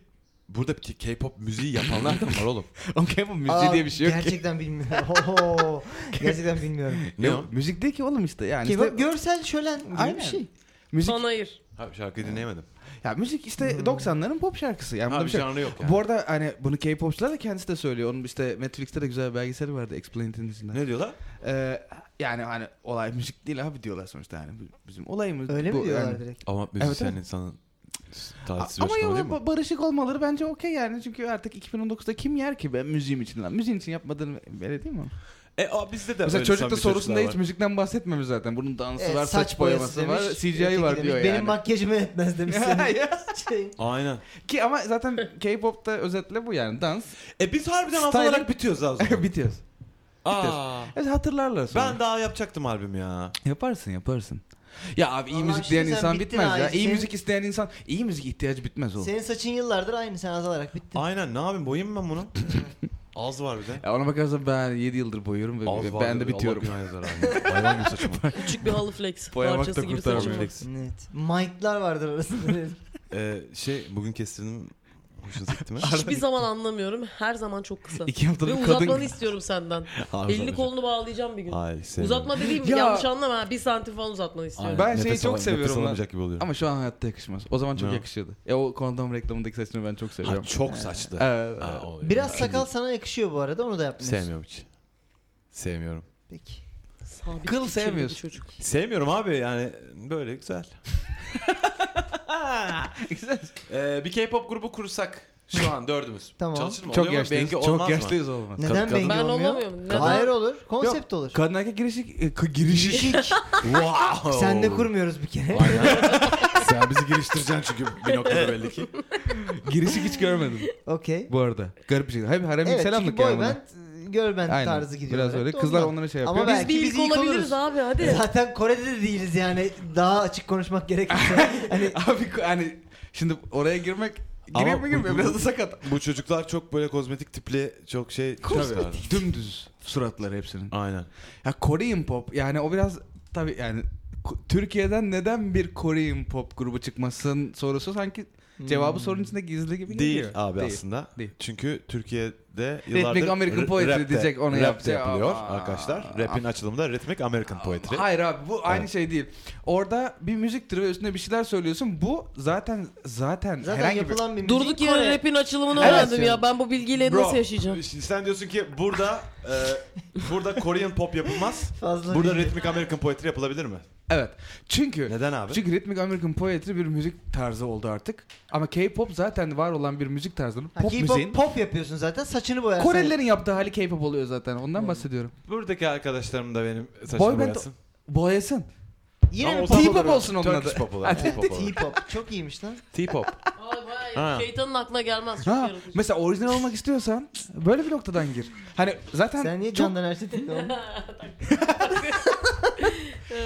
B: burada bir K-pop müziği yapanlar da var oğlum.
C: Ama K-pop müziği
E: Aa,
C: diye bir şey yok ki.
E: Gerçekten bilmiyorum. Oho, gerçekten bilmiyorum.
B: Ne
C: Yok,
B: o?
C: Müzik değil ki oğlum işte yani.
E: K-pop
C: işte
E: görsel şölen gibi
C: Aynen.
E: bir şey.
C: müzik,
D: Son Hayır.
B: Ha, şarkıyı dinleyemedim.
C: ya müzik işte
E: Hmm.
C: 90'ların pop şarkısı. Yani
B: Ha,
C: bunda
B: bir
C: bir şey. yok.
B: canlı yok yani.
C: Bu arada hani bunu K-popçular da kendisi de söylüyor. Onun işte Netflix'te de güzel bir belgeseli vardı Explained'in içinde.
B: Ne diyorlar?
C: Ee, yani hani olay müzik değil abi diyorlar sonuçta yani Bu- bizim olayımız
E: Öyle
C: bu.
E: mi diyorlar
C: yani.
E: direkt?
B: Ama
C: müzisyen
B: müzisyen
C: evet.
B: insanın
C: A-
B: tatilsiz bir
C: Ama
B: açıklama
C: ya,
B: değil mi?
C: ba- barışık olmaları bence okey yani çünkü artık 2019'da kim yer ki ben müziğim için lan müziğin için yapmadığını öyle değil mi?
B: E, a, bizde de
C: Mesela
B: öyle
C: çocuk da
B: samimi
C: sorusunda
B: çocuklar
C: hiç
B: var.
C: müzikten bahsetmemiş zaten. Bunun dansı
E: Evet,
C: var, saç, boyaması
E: demiş,
C: var, CGI
E: öteki
C: var
E: demiş,
C: diyor
E: Benim
C: yani.
E: makyajımı etmez demiş senin.
C: Ya.
E: şey.
B: Aynen.
C: Ki ama zaten K-pop'ta özetle bu yani dans.
B: E biz harbiden
C: Styling-
B: hafta olarak bitiyoruz az sonra.
C: Bitiyoruz.
B: Aa,
C: Evet, hatırlarlar sonra.
B: ben daha yapacaktım albüm ya.
C: Yaparsın yaparsın. Ya abi iyi
E: Vallahi
C: müzik
E: şimdi
C: diyen
E: sen
C: insan
E: bittin
C: bitmez ya.
E: abi,
C: İyi
E: sen-
C: müzik isteyen insan, iyi müzik ihtiyacı bitmez oğlum.
E: Senin saçın yıllardır aynı sen azalarak bitti.
B: Aynen ne yapayım boyayım mı ben bunu? Az var bir de.
C: Ya ona bakarsan ben 7 yıldır boyuyorum ve
B: Az
C: ve
B: var
C: ben
B: dedi,
C: de bitiyorum.
B: Allah günah yazar abi. Hayvan gibi saçma.
D: Küçük bir halı flex
C: Boyamak da
D: parçası gibi
C: kurtarmıyor.
D: saçım. var.
E: Evet. Mic'lar vardır arasında.
B: Ee, şey bugün kestirdim. Hoşunuza gitti mi?
D: Hiçbir zaman anlamıyorum. Her zaman çok kısa.
C: İki
D: Ve
C: haftalık
D: uzatmanı
C: kadın.
D: istiyorum senden.
B: Harbiden
D: Elini
B: hocam.
D: kolunu bağlayacağım bir gün.
B: Ay, sevmiyorum.
D: Uzatma dediğim
C: Ya.
D: yanlış anlama. ha, Bir santim falan uzatmanı
B: Aynen,
D: istiyorum.
C: Ben şeyi
B: nefes
C: çok
B: alam-
C: seviyorum
B: Nefes
C: lan.
B: alamayacak gibi oluyor.
C: Ama şu an hayatta yakışmaz. O zaman çok
B: Ne?
C: yakışıyordu. E o kondom reklamındaki saçını ben çok
B: Ha,
C: seviyorum.
B: çok saçlı.
C: Evet.
B: Ha, o-
E: Biraz
B: Ben-
E: sakal sana yakışıyor bu arada onu da yapmıyorsun.
B: Sevmiyorum hiç. Sevmiyorum.
E: Peki.
D: Sabit
C: Kıl
D: fikirli
C: sevmiyorsun.
D: bir Çocuk.
B: Sevmiyorum abi yani böyle güzel.
C: Güzel.
B: Ee, bir K-pop grubu kursak şu an dördümüz.
E: Tamam.
B: Çalışır mı?
C: Çok
B: Oluyor mu?
C: yaşlıyız.
B: Bengi
C: Çok
B: olmaz mı?
C: yaşlıyız olmaz.
E: Neden
B: kadın-
E: bengi
D: Ben
E: olmuyor?
D: olamıyorum. Neden?
E: Hayır olur. Konsept olur.
C: Kadın erkek girişik e, k- girişik.
B: wow.
E: Sen de kurmuyoruz bir kere.
B: Aynen. Sen bizi geliştireceksin çünkü bir noktada belli ki.
C: girişik hiç görmedim
E: Okey.
C: bu arada. Garip bir şey. Hem harem
E: Evet çünkü
C: selamlık
E: boy
C: yani.
E: band,
C: bana.
E: girl band
C: Aynen.
E: tarzı gidiyor.
C: Biraz öyle.
E: Evet,
C: Kızlar
E: ondan.
C: onlara şey
E: Ama
C: yapıyor. Biz-
E: belki
D: Biz bir
E: biz
D: ilk
E: ilk
D: olabiliriz
E: oluruz.
D: abi hadi.
E: Zaten Kore'de de değiliz yani. Daha açık konuşmak gerekirse. hani
C: Abi ko- hani şimdi oraya girmek
B: Ama
C: Gireyim mi girmeyeyim
B: bu-
C: mi? biraz da sakat.
B: Bu çocuklar çok böyle kozmetik tipli çok şey. çocuklar.
C: Tabii. Dümdüz suratları hepsinin.
B: Aynen.
C: Ya Korean pop yani o biraz tabii yani Ko- Türkiye'den neden bir Korean pop grubu çıkmasın sorusu sanki Cevabı
E: Hmm.
C: sorunun içinde gizli gibi
B: Değil
C: geliyor.
B: abi
C: Değil.
B: aslında.
C: Değil.
B: Çünkü Türkiye'de yıllardır
C: Rhythmic American
B: r-
C: Poetry
B: rap de-
C: diyecek, onu
B: rap
C: yapacak.
B: de yapılıyor
C: Aa.
B: arkadaşlar. Rap'in açılımı da Rhythmic American Poetry.
C: Hayır abi bu aynı
B: Evet.
C: şey değil. Orada bir müzik türü ve üstüne bir şeyler söylüyorsun. Bu zaten zaten,
E: Zaten
C: herhangi bir
E: yapılan bir müzik
D: Durduk yere
E: Kore.
D: rapin açılımını
E: Evet.
D: öğrendim ya. Ben bu bilgiyle Ee, nasıl yaşayacağım?
B: e, şimdi sen diyorsun ki burada e, burada Korean pop yapılmaz.
E: Fazla
B: burada
E: bir-
B: Rhythmic American Poetry yapılabilir mi?
C: Evet. Çünkü
B: Neden abi?
C: Çünkü Rhythmic American Poetry bir müzik tarzı oldu artık. Ama K-pop zaten var olan bir müzik tarzının
E: Ha,
C: pop
E: K-pop
C: müziğin.
E: pop yapıyorsun zaten saçını boyarsan.
C: Korelilerin yaptığı hali K-pop oluyor zaten. Ondan bahsediyorum.
B: Buradaki arkadaşlarım da benim saçımı
C: Boy band-
B: boyasın.
C: Boyasın.
E: Yine
B: Ama
E: mi
B: o zaman-
E: pop?
C: T-pop olsun onun
B: Turkish
C: adı.
B: pop olur, T-pop olur.
E: T-pop. Çok iyiymiş lan.
B: T-pop.
D: Ay bayağı
B: Ha.
D: şeytanın aklına gelmez. Çok
C: Ha,
D: yaratıcı.
C: mesela orijinal olmak istiyorsan böyle bir noktadan gir. Hani zaten
E: Sen niye
C: çok-
E: Candan Erçel dedin oğlum?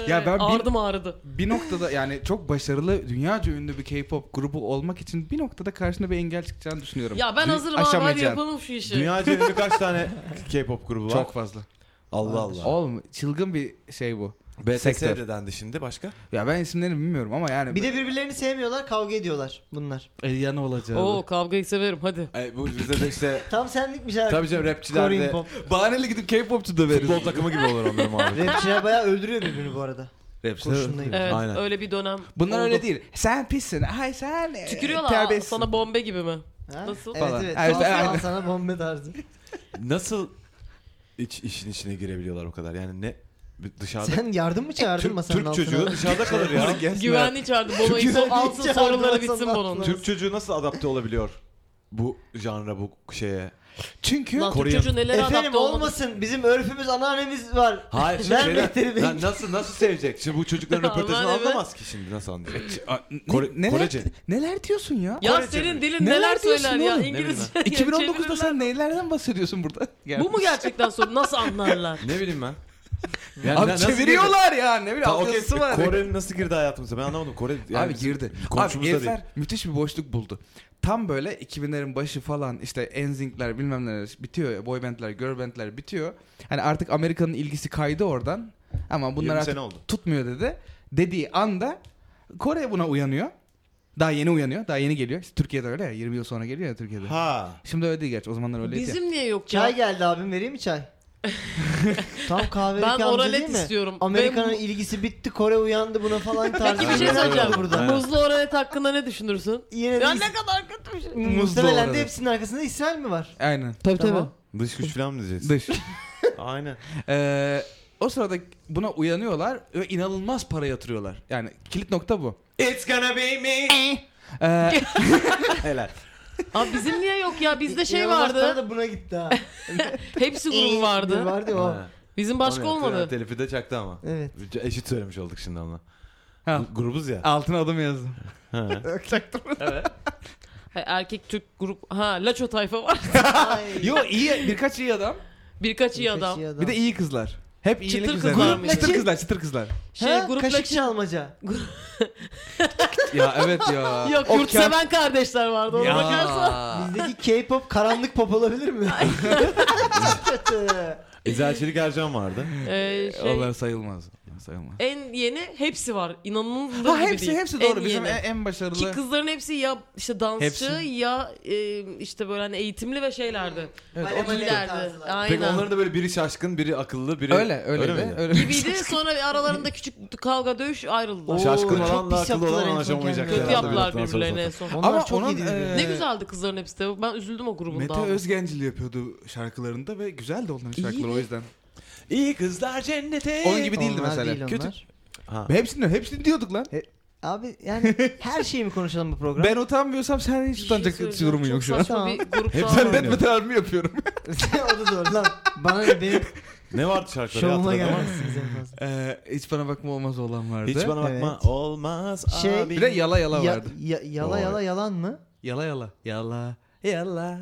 C: Ya ben bir-
D: Ee, Ağrıdım ağrıdı.
C: bir noktada yani çok başarılı dünyaca ünlü bir K-pop grubu olmak için bir noktada karşına bir engel çıkacağını düşünüyorum.
D: Ya ben
C: Dü-
D: hazırım abi hadi
C: aşamayacaksın.
D: yapalım şu işi.
B: Dünya ünlü kaç tane K-pop grubu var?
C: Çok fazla.
B: Allah Allah.
C: Oğlum çılgın bir şey bu. sektör.
B: BTS'de dendi şimdi başka?
C: Ya ben isimlerini bilmiyorum ama yani
E: Bir de birbirlerini sevmiyorlar kavga ediyorlar bunlar.
C: Eliana olacağı.
D: Oo kavgayı severim hadi.
B: E, bu bize de işte
E: Tam senlikmiş abi.
B: tabii canım
E: Korean
B: rapçilerde
E: pop.
C: Bahaneyle gidip K-popçu döveriz.
B: futbol takımı gibi olur onların muhabbeti.
E: Rapçiler bayağı öldürüyor birbirini bu arada. Kurşundayım.
D: Evet
B: Aynen.
D: öyle bir dönem.
C: Bunlar
D: oldu.
C: öyle değil. Sen pissin. Ay sen e,
D: Tükürüyorlar aa,
C: terbiyesizsin.
D: sana bombe gibi mi?
E: Ha?
D: Nasıl?
E: Evet
C: Falan.
E: evet.
C: Evet,
E: Al
B: şey
E: sana-
C: evet.
E: al sana bombe tarzı.
B: Nasıl iç işin içine girebiliyorlar o kadar? Yani ne bir dışarıda
E: Sen yardım mı çağırdın
B: Türk,
E: masanın
B: Türk
E: altına?
B: çocuğu dışarıda kalır ya.
D: Güvenli çağırdı. Bono'yu so-
E: Güvenliği
D: alsın
E: çağırdı,
D: soruları
E: masanın
D: bitsin
E: altına.
D: Bono'nun.
B: Türk çocuğu nasıl adapte olabiliyor bu janra bu şeye?
C: Çünkü
D: Lan Türk
B: Korean.
D: çocuğu nelere
E: Efendim
D: adapte olmadı.
E: olmasın. Bizim örfümüz anneannemiz var.
B: Hayır
E: Ver
B: şeyler-
E: Mehter'i Bey.
B: Lan nasıl nasıl sevecek? Şimdi bu çocukların
D: Aman
B: röportajını
D: evet.
B: anlamaz ki şimdi nasıl
C: E,
B: anlayacak?
C: Kore,
B: Kore-
C: neler,
B: Korece.
C: neler diyorsun ya?
D: Ya
B: Korece
D: senin
B: mi?
D: dilin
C: Neler
D: neler, söyler
C: diyorsun
D: ya
C: oğlum?
D: İngilizce. ya,
C: 2019'da
D: çevirirler.
C: sen nelerden bahsediyorsun burada? Yani-
D: Bu mu gerçekten sorun? Nasıl anlarlar?
B: Ne bileyim ben. Yani
C: Abi
B: na- nasıl girdi?
C: çeviriyorlar ya ne bileyim
B: Ta, okey,
C: altyazısı var.
B: Kore'nin nasıl girdi hayatımıza ben anlamadım. Kore yani
C: Abi
B: bizim
C: girdi. Abi
B: komşumuz da değil.
C: herifler müthiş bir boşluk buldu. Tam böyle 2000'lerin başı falan işte Enzing'ler bilmem neler bitiyor. ya, Boy band'ler, girl band'ler bitiyor. Hani artık Amerika'nın ilgisi kaydı oradan. Ama
B: 20
C: bunlar artık
B: sene oldu.
C: tutmuyor dedi. Dediği anda Kore buna uyanıyor. Daha yeni uyanıyor. Daha yeni geliyor. İşte Türkiye'de öyle ya. 20 yıl sonra geliyor ya Türkiye'de.
B: Ha.
C: Şimdi öyle değil gerçi. O zamanlar öyleydi ya.
D: Bizim niye yok ya?
E: Çay geldi abim vereyim mi çay? Tam kahve
D: Ben
E: amca
D: oralet
E: değil mi?
D: istiyorum.
E: Amerika'nın
D: Ben-
E: ilgisi bitti Kore uyandı buna falan tarzı.
D: Peki bir şey
E: şeyler var
D: söyleyeceğim.
E: Burada.
B: Aynen.
D: Muzlu oralet hakkında ne düşünürsün?
E: Yine de
D: Ya
E: is-
D: ne kadar kötü bir şey.
E: muhtemelen
C: orada.
E: de hepsinin arkasında İsrail mi var?
C: Aynen.
D: Tabii
E: Tamam.
B: Dış güç falan mı diyeceksin?
C: Dış.
B: Aynen.
C: Ee, o sırada buna uyanıyorlar ve inanılmaz para yatırıyorlar. Yani kilit nokta bu.
B: It's gonna be me.
C: Ee,
B: Helal.
D: Abi bizim niye yok ya? Bizde şey
E: İnanılmaz para
D: vardı.
E: da buna gitti ha.
D: Hepsi
E: Ee,
D: grubu
E: bir
D: vardı.
E: Vardı ya o.
B: Ha.
D: Bizim başka
B: Onu yaptı,
D: olmadı.
B: yani Telifi de çaktı ama.
E: Evet.
B: Eşit söylemiş olduk şimdi onunla.
C: ha,
B: Gu- Grubuz ya.
C: altına adım yazdım.
B: Ha.
D: Ha, Erkek Türk grup. Ha Laço tayfa var.
E: Ay,
C: Yo iyi birkaç iyi adam.
D: Birkaç iyi
E: birkaç
D: adam.
C: Bir de iyi kızlar. Hep iyilik
D: Çıtır
C: üzerine.
D: kızlar mıydı?
C: Çıtır kızlar, çıtır kızlar.
D: Şey
E: ha,
D: grup
E: kaşık
D: Laço-
E: çalmaca.
C: ya evet ya.
D: Yok
C: O kend-
D: yurtseven kardeşler vardı. Ona
C: Ya.
D: bakarsan.
E: Bizdeki K-pop karanlık pop olabilir mi? Çok kötü.
B: İzel Çelik Ercan vardı.
D: Ee, şey,
C: Onlar sayılmaz. Sayılmaz.
D: en yeni hepsi var. İnanılmaz
C: Ha
D: gibi
C: hepsi
D: değil.
C: hepsi
D: En
C: doğru. Bizim
D: yeni.
C: en, en başarılı.
D: Ki kızların hepsi ya işte dansçı
C: Hepsi.
D: ya e, işte böyle hani eğitimli ve şeylerdi.
E: Bale
D: Evet,
E: bale
D: Otillerdi.
E: tarzlar.
D: Aynen.
B: Peki onların da böyle biri şaşkın, biri akıllı, biri...
C: Öyle öyle öyle.
B: miydi?
C: öyle.
D: Gibiydi sonra bir aralarında küçük kavga dövüş ayrıldılar.
E: Oo,
B: Şaşkın
E: çok
B: olanla
E: pis
B: akıllı
E: yaptılar
B: olan
E: en son
B: anlaşamayacak.
E: kendilerine.
D: Kötü
B: Herhalde bir
D: yaptılar
B: noktadan sonra
D: birbirlerine en
B: olacak.
D: son.
E: Onlar
C: Ama
E: çok
C: onun,
E: iyi
C: e,
E: birbirine.
D: Ne güzeldi kızların hepsi de. Ben üzüldüm o grubun
C: Mete
D: dağılmasına.
C: Özgencil yapıyordu şarkılarında ve güzeldi onların şarkıları o yüzden.
B: İyi kızlar
D: Ee,
B: cennete.
C: Onun gibi değildi
E: Onlar
C: mesela.
E: değil
C: Kötü.
E: onlar.
B: Ha.
C: Hepsini hepsini diyorduk lan.
E: Abi yani her şeyi mi konuşalım bu programda?
C: Ben utanmıyorsam sen
D: Bir
C: hiç
D: şey
C: utanacak
D: söyleyeceğim.
C: durumun yok şu an.
D: Çok saçma bir grup
B: Hep
D: daha
B: sen
D: var.
B: de-
C: Ben Mete abimi yapıyorum.
E: o da doğru lan. Bana ne benim
B: Ne vardı şarkıları
E: şovuma
B: hatırladın mı?
E: gelmezsiniz en fazla.
C: Ee, hiç bana bakma olmaz olan vardı.
B: Hiç bana bakma
E: Evet.
B: olmaz
E: Şey-
B: abi.
C: Bir de yala yala
E: Ya-
C: vardı.
E: ya- yala
B: Doğru.
E: yala yalan mı?
C: Yala yala. Yala. Yala.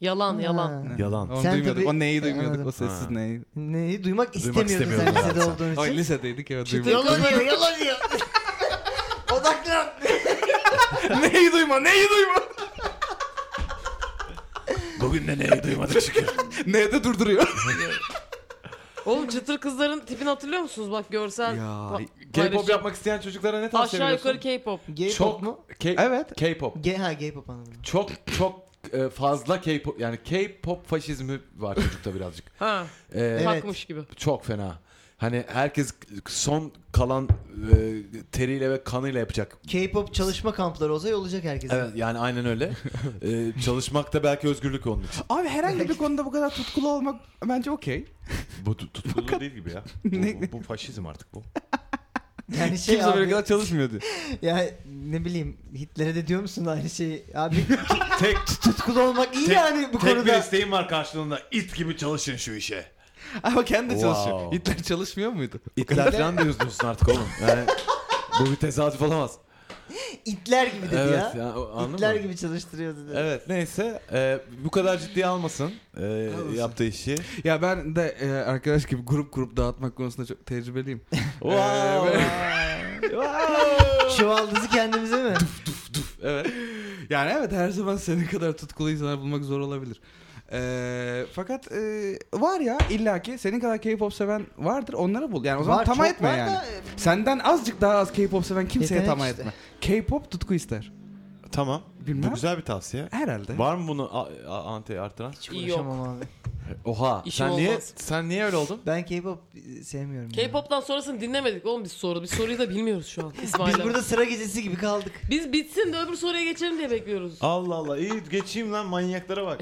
D: Yalan yalan.
E: Ha.
B: Yalan.
C: Onu
E: Sen
C: duymuyorduk.
E: tabii-
C: O neyi
E: E,
C: duymuyorduk.
E: anladım.
C: O sessiz
B: Ha.
C: neyi.
E: Neyi duymak istemiyordun sen
B: istemiyordun
E: lisede
B: zaten.
E: olduğun için.
C: Ay lisedeydik ya.
E: Çıtır
C: duymuyorduk.
E: yalan diyor yalan diyor. Odaklan.
C: neyi duyma neyi duyma.
B: Bugün de neyi duymadık şükür.
C: Neyde durduruyor.
D: Oğlum çıtır kızların tipini hatırlıyor musunuz? Bak görsel.
C: ya
D: Bak,
F: K-pop
D: Paylaşacağım.
F: yapmak isteyen çocuklara ne tavsiye
D: Aşağı
F: veriyorsun?
D: yukarı K-pop.
E: Gay
F: Çok
E: pop mu?
F: K-
C: Evet.
F: K-pop.
E: Gay, ha gay pop anladım.
F: Çok çok e, fazla K-pop yani K-pop faşizmi var çocukta birazcık.
D: Ha,
F: E,
D: takmış gibi.
F: Çok fena. Hani herkes son kalan e, teriyle ve kanıyla yapacak.
E: K-pop çalışma kampları olsa iyi olacak herkesin.
F: Evet yani aynen öyle. E, çalışmakta belki özgürlük onun için.
C: Abi herhangi bir konuda bu kadar tutkulu olmak bence okey.
B: Bu tu- tutkulu değil gibi ya. Bu, bu, bu faşizm artık bu.
E: Yani şey
C: Kimse böyle
E: abi,
C: kadar çalışmıyordu.
E: ya ne bileyim Hitler'e de diyor musun aynı şeyi? Abi tek tutkulu olmak iyi yani bu
B: Tek bir
E: konuda.
B: isteğim var karşılığında. it gibi çalışın şu işe.
C: Ama kendi
F: Wow.
C: çalışıyor. Hitler çalışmıyor muydu?
F: İtler falan da yüzlüyorsun artık oğlum. Yani bu bir tesadüf olamaz.
E: İtler gibi dedi
F: Evet
E: ya.
F: yani, o- anladın
E: İtler
F: mı?
E: gibi çalıştırıyordu dedi.
F: Evet neyse e, bu kadar ciddiye almasın e, yaptığı işi.
C: Ya ben de e, arkadaş gibi grup grup dağıtmak konusunda çok tecrübeliyim.
E: E,
F: Wow.
E: Çuvaldızı kendimize mi?
F: evet.
C: Yani evet her zaman senin kadar tutkulu insanlar bulmak zor olabilir. E, fakat e, var ya illaki senin kadar K-pop seven vardır onları bul. Yani o zaman
E: Var,
C: tamah
E: çok
C: etme
E: var
C: yani.
E: da,
C: Senden azıcık daha az K-pop seven kimseye
E: Yetenek
C: tamah
E: işte.
C: etme. K-pop tutku ister.
F: Tamam.
C: Bilmem.
F: Bu güzel bir tavsiye.
C: Herhalde.
F: Var mı bunu a- a- anti artıran?
E: Hiç
D: İyi
E: konuşamam abi.
F: Oha.
D: İşim
F: sen niye
D: olmaz.
F: sen niye öyle oldun?
E: Ben K-pop sevmiyorum. ya.
D: K-pop'tan sonrasını dinlemedik oğlum biz soru. Biz soruyu da bilmiyoruz şu an İsmail
E: Biz
D: abi.
E: burada sıra gecesi gibi kaldık.
D: Biz bitsin de öbür soruya geçelim diye bekliyoruz.
B: Allah Allah iyi geçeyim lan manyaklara bak.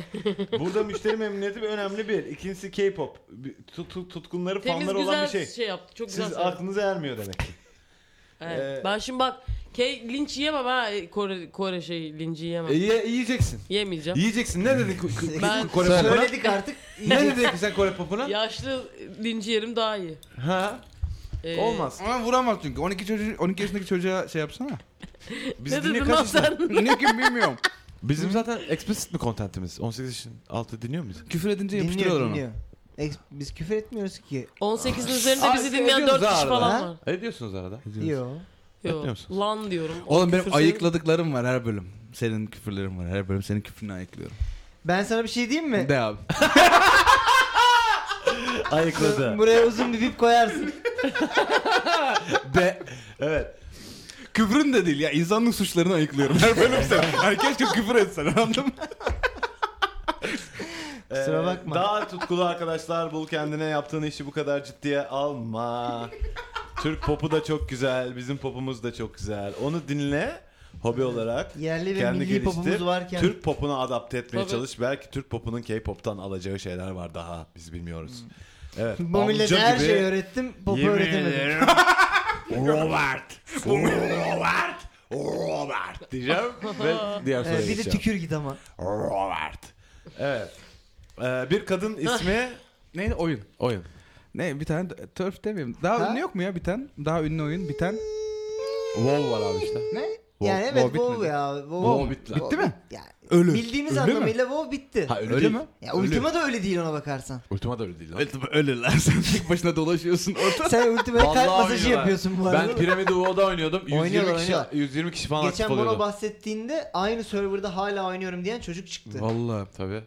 B: Burada müşteri memnuniyeti bir önemli bir. İkincisi K-pop. Bir tut- tut- tutkunları
D: Temiz
B: fanları olan
D: güzel
B: bir
D: şey.
B: şey.
D: yaptı. Çok güzel
B: Siz e-
D: söyledi.
B: aklınıza ermiyor demek ki.
D: Evet.
B: Ee,
D: Ben şimdi bak K linç yiyemem ha E, Kore, Kore şey linci yiyemem.
F: E, ye- yiyeceksin.
D: Yemeyeceğim.
F: Yiyeceksin. Ne dedik ku- ku-
D: Ben-
F: Kore popuna?
E: Söyledik artık.
F: Ne dedik sen Kore popuna?
D: Yaşlı linci yerim daha iyi.
F: Ha?
D: Ee,
F: Olmaz.
C: Ama vuramaz çünkü. 12 çocuğu 12 yaşındaki çocuğa şey yapsana.
F: Biz
D: ne
F: dinle
D: dedin
F: kaç
D: lan
F: yaşında-
D: sen?
C: ne kim bilmiyorum.
F: Bizim zaten explicit mi kontentimiz? 18 yaşın altı dinliyor muyuz?
C: Küfür edince yapıştırıyorlar
E: Dinliyor
C: onu.
E: dinliyor. Ex- Biz küfür etmiyoruz ki.
D: 18'in üzerinde
F: Aa,
D: bizi
F: işte
D: dinleyen 4
F: ediyoruz
D: kişi
F: arada,
D: falan
E: ha?
D: var.
F: Ne diyorsunuz arada?
E: Yo.
D: Yok.
F: Etmiyor musunuz?
D: Lan diyorum.
C: Oğlum benim
D: Küfür
C: ayıkladıklarım var her bölüm. Senin küfürlerin var her bölüm. Senin küfrünü ayıklıyorum.
E: Ben sana bir şey diyeyim mi?
C: De abi.
B: Ayıkladı.
E: Buraya uzun bir bip koyarsın.
C: De.
B: evet.
C: Küfrün de değil ya. insanlık suçlarını ayıklıyorum her bölüm sen. Herkes çok küfür etsen anladın mı?
E: Kusura
B: Ee,
E: bakma.
B: Daha tutkulu arkadaşlar bul kendine yaptığın işi bu kadar ciddiye alma. Türk popu da çok güzel. Bizim popumuz da çok güzel. Onu dinle. Hobi olarak.
E: Yerli ve
B: Kendi
E: milli
B: geliştir.
E: popumuz varken.
B: Türk popuna adapte etmeye
D: Tabii.
B: çalış. Belki Türk popunun K-pop'tan alacağı şeyler var daha. Biz bilmiyoruz. Evet.
E: Hmm. Bu
B: amca
E: millete her
B: gibi-
E: şeyi öğrettim. Popu
B: Yemin
E: öğretemedim.
B: ederim. Robert. Robert. Robert diyeceğim ve
F: Diğer soruya
E: Evet, Ee, bir de
F: geçeceğim.
E: tükür git ama.
B: Robert. Evet. Ee, bir
E: Ah.
B: kadın ismi
C: Neydi oyun?
F: Oyun.
C: Ne bir tane de- turf demeyeyim. Daha
E: Ha?
C: ünlü yok mu ya biten? Daha ünlü oyun biten.
F: WoW var abi işte.
E: Ne? Yani
C: Wo-
E: evet
C: wo
E: WoW
C: bitmedi.
E: ya. WoW,
F: Wo bitti.
C: Bitti mi?
E: Yani
C: Ölü.
E: Bildiğimiz
C: Ölü mü?
E: anlamıyla WoW bitti.
F: Ha öyle,
C: Öyle
F: değil.
C: mi?
E: ya Ultima da öyle değil ona bakarsan.
F: Ultima da öyle değil lan.
C: Ölü lan sen tek başına dolaşıyorsun ortada.
E: Sen Ultima'ya kalp
F: Vallahi
E: masajı
F: oynuyorlar.
E: yapıyorsun bu arada.
F: Ben Piramidi WoW'da oynuyordum. 120
E: Oynuyorlar,
F: kişi
E: oynuyorlar.
F: 120 kişi falan
E: Geçen
F: aktif
E: bana
F: oluyordu.
E: bahsettiğinde aynı serverda hala oynuyorum diyen çocuk çıktı.
C: Vallahi
F: Tabii.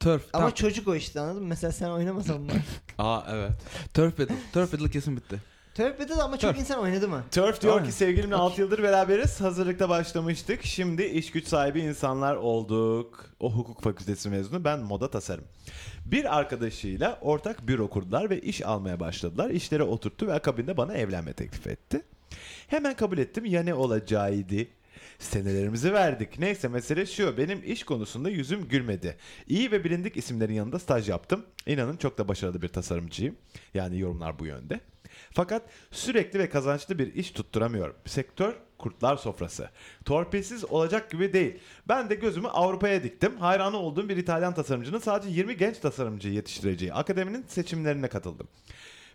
C: turf.
E: Ama
C: Ama
E: çocuk o işte anladın mı? Mesela sen oynamasan mı?
F: Aa evet.
C: turf battle. Turf battle kesin bitti.
E: Törpede de ama çok
C: Törp.
E: insan oynadı mı?
B: Turf diyor
C: Aynen.
B: ki sevgilimle 6 yıldır beraberiz. Hazırlıkta başlamıştık. Şimdi iş güç sahibi insanlar olduk. O hukuk fakültesi mezunu ben moda tasarım. Bir arkadaşıyla ortak büro kurdular ve iş almaya başladılar. İşlere oturttu ve akabinde bana evlenme teklif etti. Hemen kabul ettim. Ya ne olacağıydı? Senelerimizi verdik. Neyse mesele şu. Benim iş konusunda yüzüm gülmedi. İyi ve bilindik isimlerin yanında staj yaptım. İnanın çok da başarılı bir tasarımcıyım. Yani yorumlar bu yönde. Fakat sürekli ve kazançlı bir iş tutturamıyorum. Sektör kurtlar sofrası. Torpilsiz olacak gibi değil. Ben de gözümü Avrupa'ya diktim. Hayranı olduğum bir İtalyan tasarımcının sadece 20 genç tasarımcıyı yetiştireceği akademinin seçimlerine katıldım.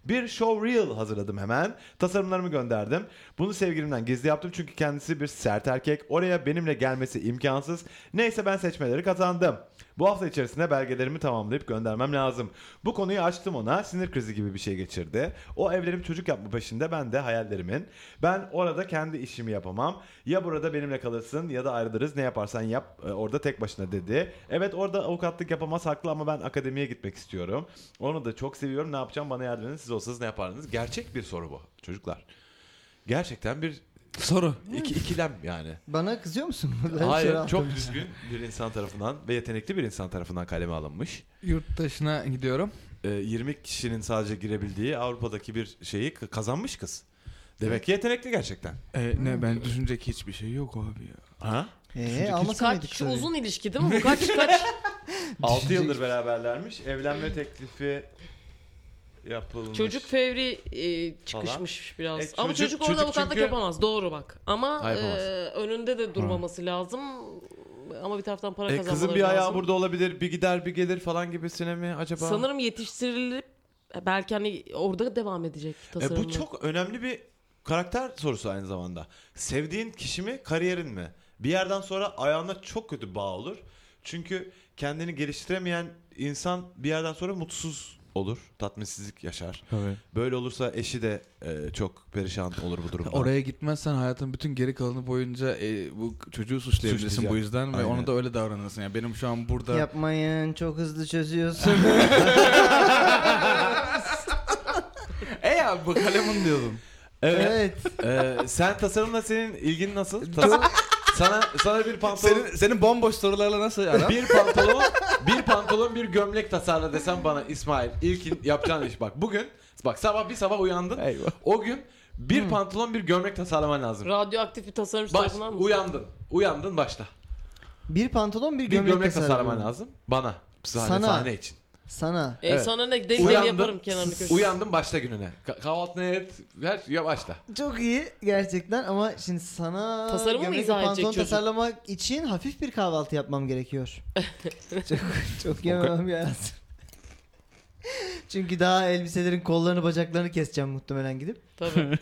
B: Bir showreel hazırladım hemen. Tasarımlarımı gönderdim. Bunu sevgilimden gizli yaptım çünkü kendisi bir sert erkek. Oraya benimle gelmesi imkansız. Neyse ben seçmeleri kazandım. Bu hafta içerisinde belgelerimi tamamlayıp göndermem lazım. Bu konuyu açtım ona. Sinir krizi gibi bir şey geçirdi. O evlenip çocuk yapma peşinde ben de hayallerimin. Ben orada kendi işimi yapamam. Ya burada benimle kalırsın ya da ayrılırız. Ne yaparsan yap e, orada tek başına dedi. Evet orada avukatlık yapamaz haklı ama ben akademiye gitmek istiyorum. Onu da çok seviyorum. Ne yapacağım bana yardım edin. Siz olsanız ne yapardınız? Gerçek bir soru bu çocuklar. Gerçekten bir
C: Soru.
B: iki, ikilem yani.
E: Bana kızıyor musun? Ben şey şöyle
B: Hayır
E: attım.
B: çok düzgün bir insan tarafından ve yetenekli bir insan tarafından kaleme alınmış.
C: Yurt dışına gidiyorum.
B: Ee, 20 kişinin sadece girebildiği Avrupa'daki bir şeyi k- kazanmış kız. Demek ki yetenekli gerçekten.
C: E, ne ben düşünecek hiçbir şey yok abi ya.
B: Ha?
E: Ee, almasamaydık
D: Kaç şu
E: tabii.
D: uzun ilişki değil mi? Bu kaç kaç?
B: 6 yıldır beraberlermiş. Evlenme teklifi yapılmış.
D: çocuk fevri e, çıkışmış biraz.
B: E,
D: Ama
B: çocuk-
D: çocuk orada
B: çocuk
D: avukatlık
B: çünkü-
D: yapamaz. Doğru bak. Ama
B: Ha, yapamaz.
D: e, önünde de durmaması lazım. Ama bir taraftan para
B: E,
D: kazanmaları
B: kızın bir ayağı
D: lazım.
B: burada olabilir. Bir gider bir gelir falan gibisine mi acaba? E,
D: Sanırım yetiştirilip belki hani orada devam edecek
B: E,
D: tasarımı.
B: bu çok önemli bir karakter sorusu aynı zamanda. Sevdiğin kişi mi, kariyerin mi? Bir yerden sonra ayağına çok kötü bağ olur. Çünkü kendini geliştiremeyen insan bir yerden sonra mutsuz olur. Tatminsizlik yaşar.
C: Tabii.
B: Böyle olursa eşi de e, çok perişan olur bu durumda.
C: Oraya gitmezsen hayatın bütün geri kalanı boyunca e, bu çocuğu suçlayabilirsin
B: Suçlayacak.
C: bu yüzden ve
B: Aynen.
C: ona da öyle davranırsın. Yani benim şu an burada
E: Yapmayın çok hızlı çözüyorsun.
C: E ya bu kalemin diyordum.
B: Evet.
E: evet.
B: e, sen tasarımla senin ilgin nasıl? Tas-
E: Çok-
B: sana sana bir pantolon
C: Senin, senin bomboş sorularla nasıl aran?
B: bir pantolon, bir pantolon, bir gömlek tasarla desem bana İsmail ilkin yapacağın iş bak. Bugün bak sabah bir sabah uyandın.
C: Eyvah. Hmm.
B: O gün bir pantolon, bir gömlek tasarlaman lazım.
D: Radyoaktif bir tasarımcı
B: Baş,
D: tarafından mı?
B: uyandın. Uyandın başla.
E: Bir pantolon bir
B: Bir
E: gömlek,
B: gömlek, tasarlaman
E: tasarlaman
B: lazım bana. Sahne,
E: Sana.
B: sahne için.
E: Sana.
D: E,
B: Evet.
D: Sana ne denk
B: Uyandın.
D: yaparım kenarını köşesini.
B: Uyandın başla gününe. Ka- kahvaltını et, her ya başla.
E: Çok iyi gerçekten ama şimdi sana
D: Tasarımı mı
E: gömlek ve
D: izah edecek
E: pantolon
D: çocuk?
E: tasarlamak için hafif bir kahvaltı yapmam gerekiyor. çok çok yememem lazım. Çünkü daha elbiselerin kollarını bacaklarını keseceğim muhtemelen gidip.
D: Tabii.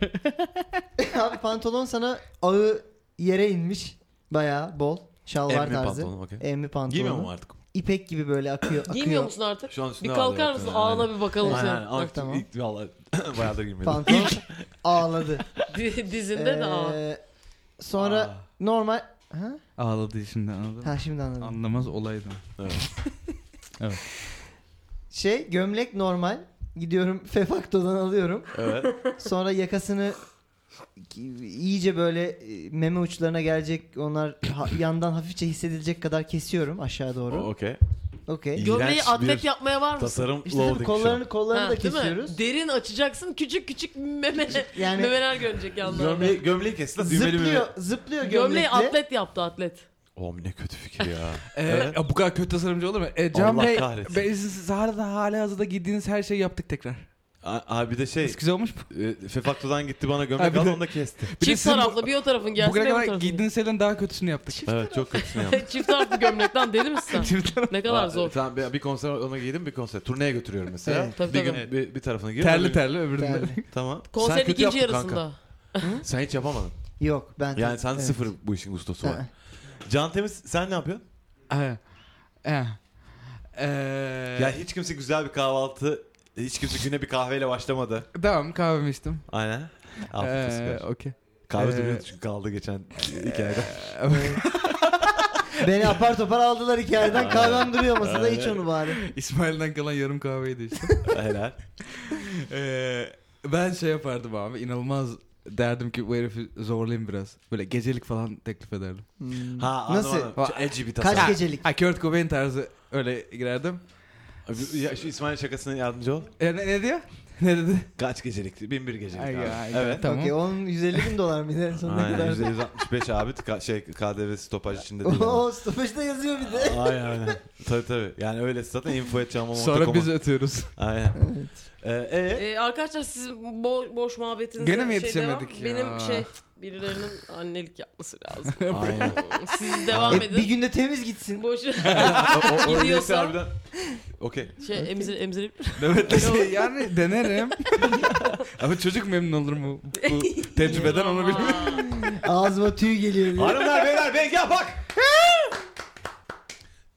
E: Abi pantolon sana ağı yere inmiş. Bayağı bol. Şalvar
B: Emmi
E: tarzı.
B: pantolonu, okey.
E: Emmi
B: Giymiyor mu
E: E, pantolonu.
B: artık?
E: İpek gibi böyle akıyor.
D: Giymiyor
E: akıyor.
D: musun artık?
B: Şu an üstüne
D: Bir
B: var
D: kalkar
B: zaten,
D: mısın?
B: aynen.
D: Ağına bir şey. bakalım
B: Aynen.
D: sen.
B: Ama
E: Tamam.
B: ilk- Vallahi bayağıdır girmedim.
E: Pantolon ağladı.
D: Di- Dizinde de ağ.
E: Ee, sonra
B: Aa.
E: normal... Ha?
C: Ağladı şimdi anladın mı?
E: ha şimdi anladım.
C: Anlamaz olaydım.
E: Şey gömlek normal. Gidiyorum Fefakto'dan alıyorum.
B: Evet.
E: Sonra yakasını iyice böyle e, meme uçlarına gelecek onlar ha- yandan hafifçe hissedilecek kadar kesiyorum aşağı
B: O-
E: doğru.
B: Okey.
E: Okey.
D: Gömleği
B: İğrenç
D: atlet
B: bir
D: yapmaya var mısın?
B: Tasarım
E: İşte
B: loading
E: tabii
B: şu an.
E: kollarını kollarını
D: Ha,
E: da
D: değil mi?
E: kesiyoruz.
D: Derin açacaksın küçük küçük meme,
E: Yani-
D: memeler görecek yanlarında.
B: Gömleği, gömleği kes lan düğmeli mi?
E: Zıplıyor, zıplıyor
D: Gömleği
E: gömlekle.
D: atlet yaptı atlet.
B: Oğlum ne kötü fikir ya.
C: Ee,
B: Evet.
C: ya bu kadar kötü tasarımcı olur mu? E, Can
B: Allah
C: Bey,
B: kahretsin.
C: ben siz hala, hala hazırda giydiğiniz her şeyi yaptık tekrar.
B: A- Abi bir de şey,
C: Biz güzel olmuş mu?
B: e, Fefakto'dan gitti bana gömlek
C: Abi
B: aldı
C: de-
B: onu da kesti.
C: Bir de
D: Çift
C: sizin bu-
D: taraflı bir o tarafın gelsin
C: Bugüne
D: bir bu
C: kadar
D: tarafın.
C: giydiğiniz şeylerin daha kötüsünü yaptık.
B: Evet çok kötüsünü yaptı.
D: Çift taraflı gömlekten deli misin sen?
C: Çift taraf-
D: ne kadar
B: Aa,
D: zor.
B: Tamam bir, bir konser ona giydim bir konser. Turneye götürüyorum mesela.
E: Evet.
D: Tabii,
B: bir
D: tabii.
B: gün bir, bir tarafını giyiyorum.
C: terli
B: öbür-
C: terli öbüründe.
E: Yani.
B: Tamam.
D: Konserin
B: Sen kötü
D: ikinci
B: yaptın
D: yarısında.
B: Kanka. Sen hiç yapamadın.
E: Yok ben.
B: Yani sen
E: evet.
B: sıfır bu işin ustası var.
E: Ha.
B: Can Temiz sen ne yapıyorsun?
C: Ee, e, ee,
B: Ya hiç kimse güzel bir kahvaltı, hiç kimse güne bir kahveyle başlamadı.
C: Ee, Tamam kahvemi içtim.
B: Aynen. Afiyet olsun
C: Ee,
B: kardeşim.
C: Okey.
B: Kahve
E: e,
C: ee,
B: duruyordu çünkü kaldı geçen hikayede.
E: Beni apar topar aldılar hikayeden kahvem duruyor masada iç onu bari.
C: İsmail'den kalan yarım kahveyi de içtim.
B: Helal.
C: Ee, ben şey yapardım abi inanılmaz derdim ki bu herifi zorlayayım biraz. Böyle gecelik falan teklif ederdim.
E: Hmm.
B: Ha,
E: Nasıl?
B: anlamadım. Çok edgy bir tasarım.
E: Kaç gecelik?
C: Ha Kurt Cobain tarzı öyle girerdim.
B: Abi, Ya şu İsmail şakasına yardımcı ol.
C: E, ne, ne diyor? Ne dedi?
B: Kaç gecelikti? Bin bir gecelik
C: Ay,
B: abi.
C: ay,
B: evet.
C: Tamam.
E: Okey onun 150 bin dolar mı ne sonuna
B: Aynen
E: kadar?
B: %165 abi ka- şey KDV stopaj içinde değil. ama.
E: O stopajda yazıyor bir de.
B: Aynen aynen. Tabii tabii. Yani öyle zaten info edeceğim ama
C: Sonra biz ötüyoruz.
B: Aynen. Ee, e,
D: Ee, arkadaşlar sizin bo- boş muhabbetinize
C: Gene mi
D: şey
C: yetişemedik
D: devam-
C: ya?
D: Benim şey birilerinin annelik yapması lazım.
B: Aynen.
D: Siz devam
E: E,
D: edin.
E: bir günde temiz gitsin.
D: Boş
B: o, o, o
D: Gidiyorsa-
B: neyse harbiden. Okey.
D: şey emzir emzirip
C: Evet. şey, yani denerim. Ama çocuk memnun olur mu? Bu tecrübeden onu bilmiyorum.
E: Ağzıma tüy geliyor. diye.
B: Hanımlar beyler ben ya bak.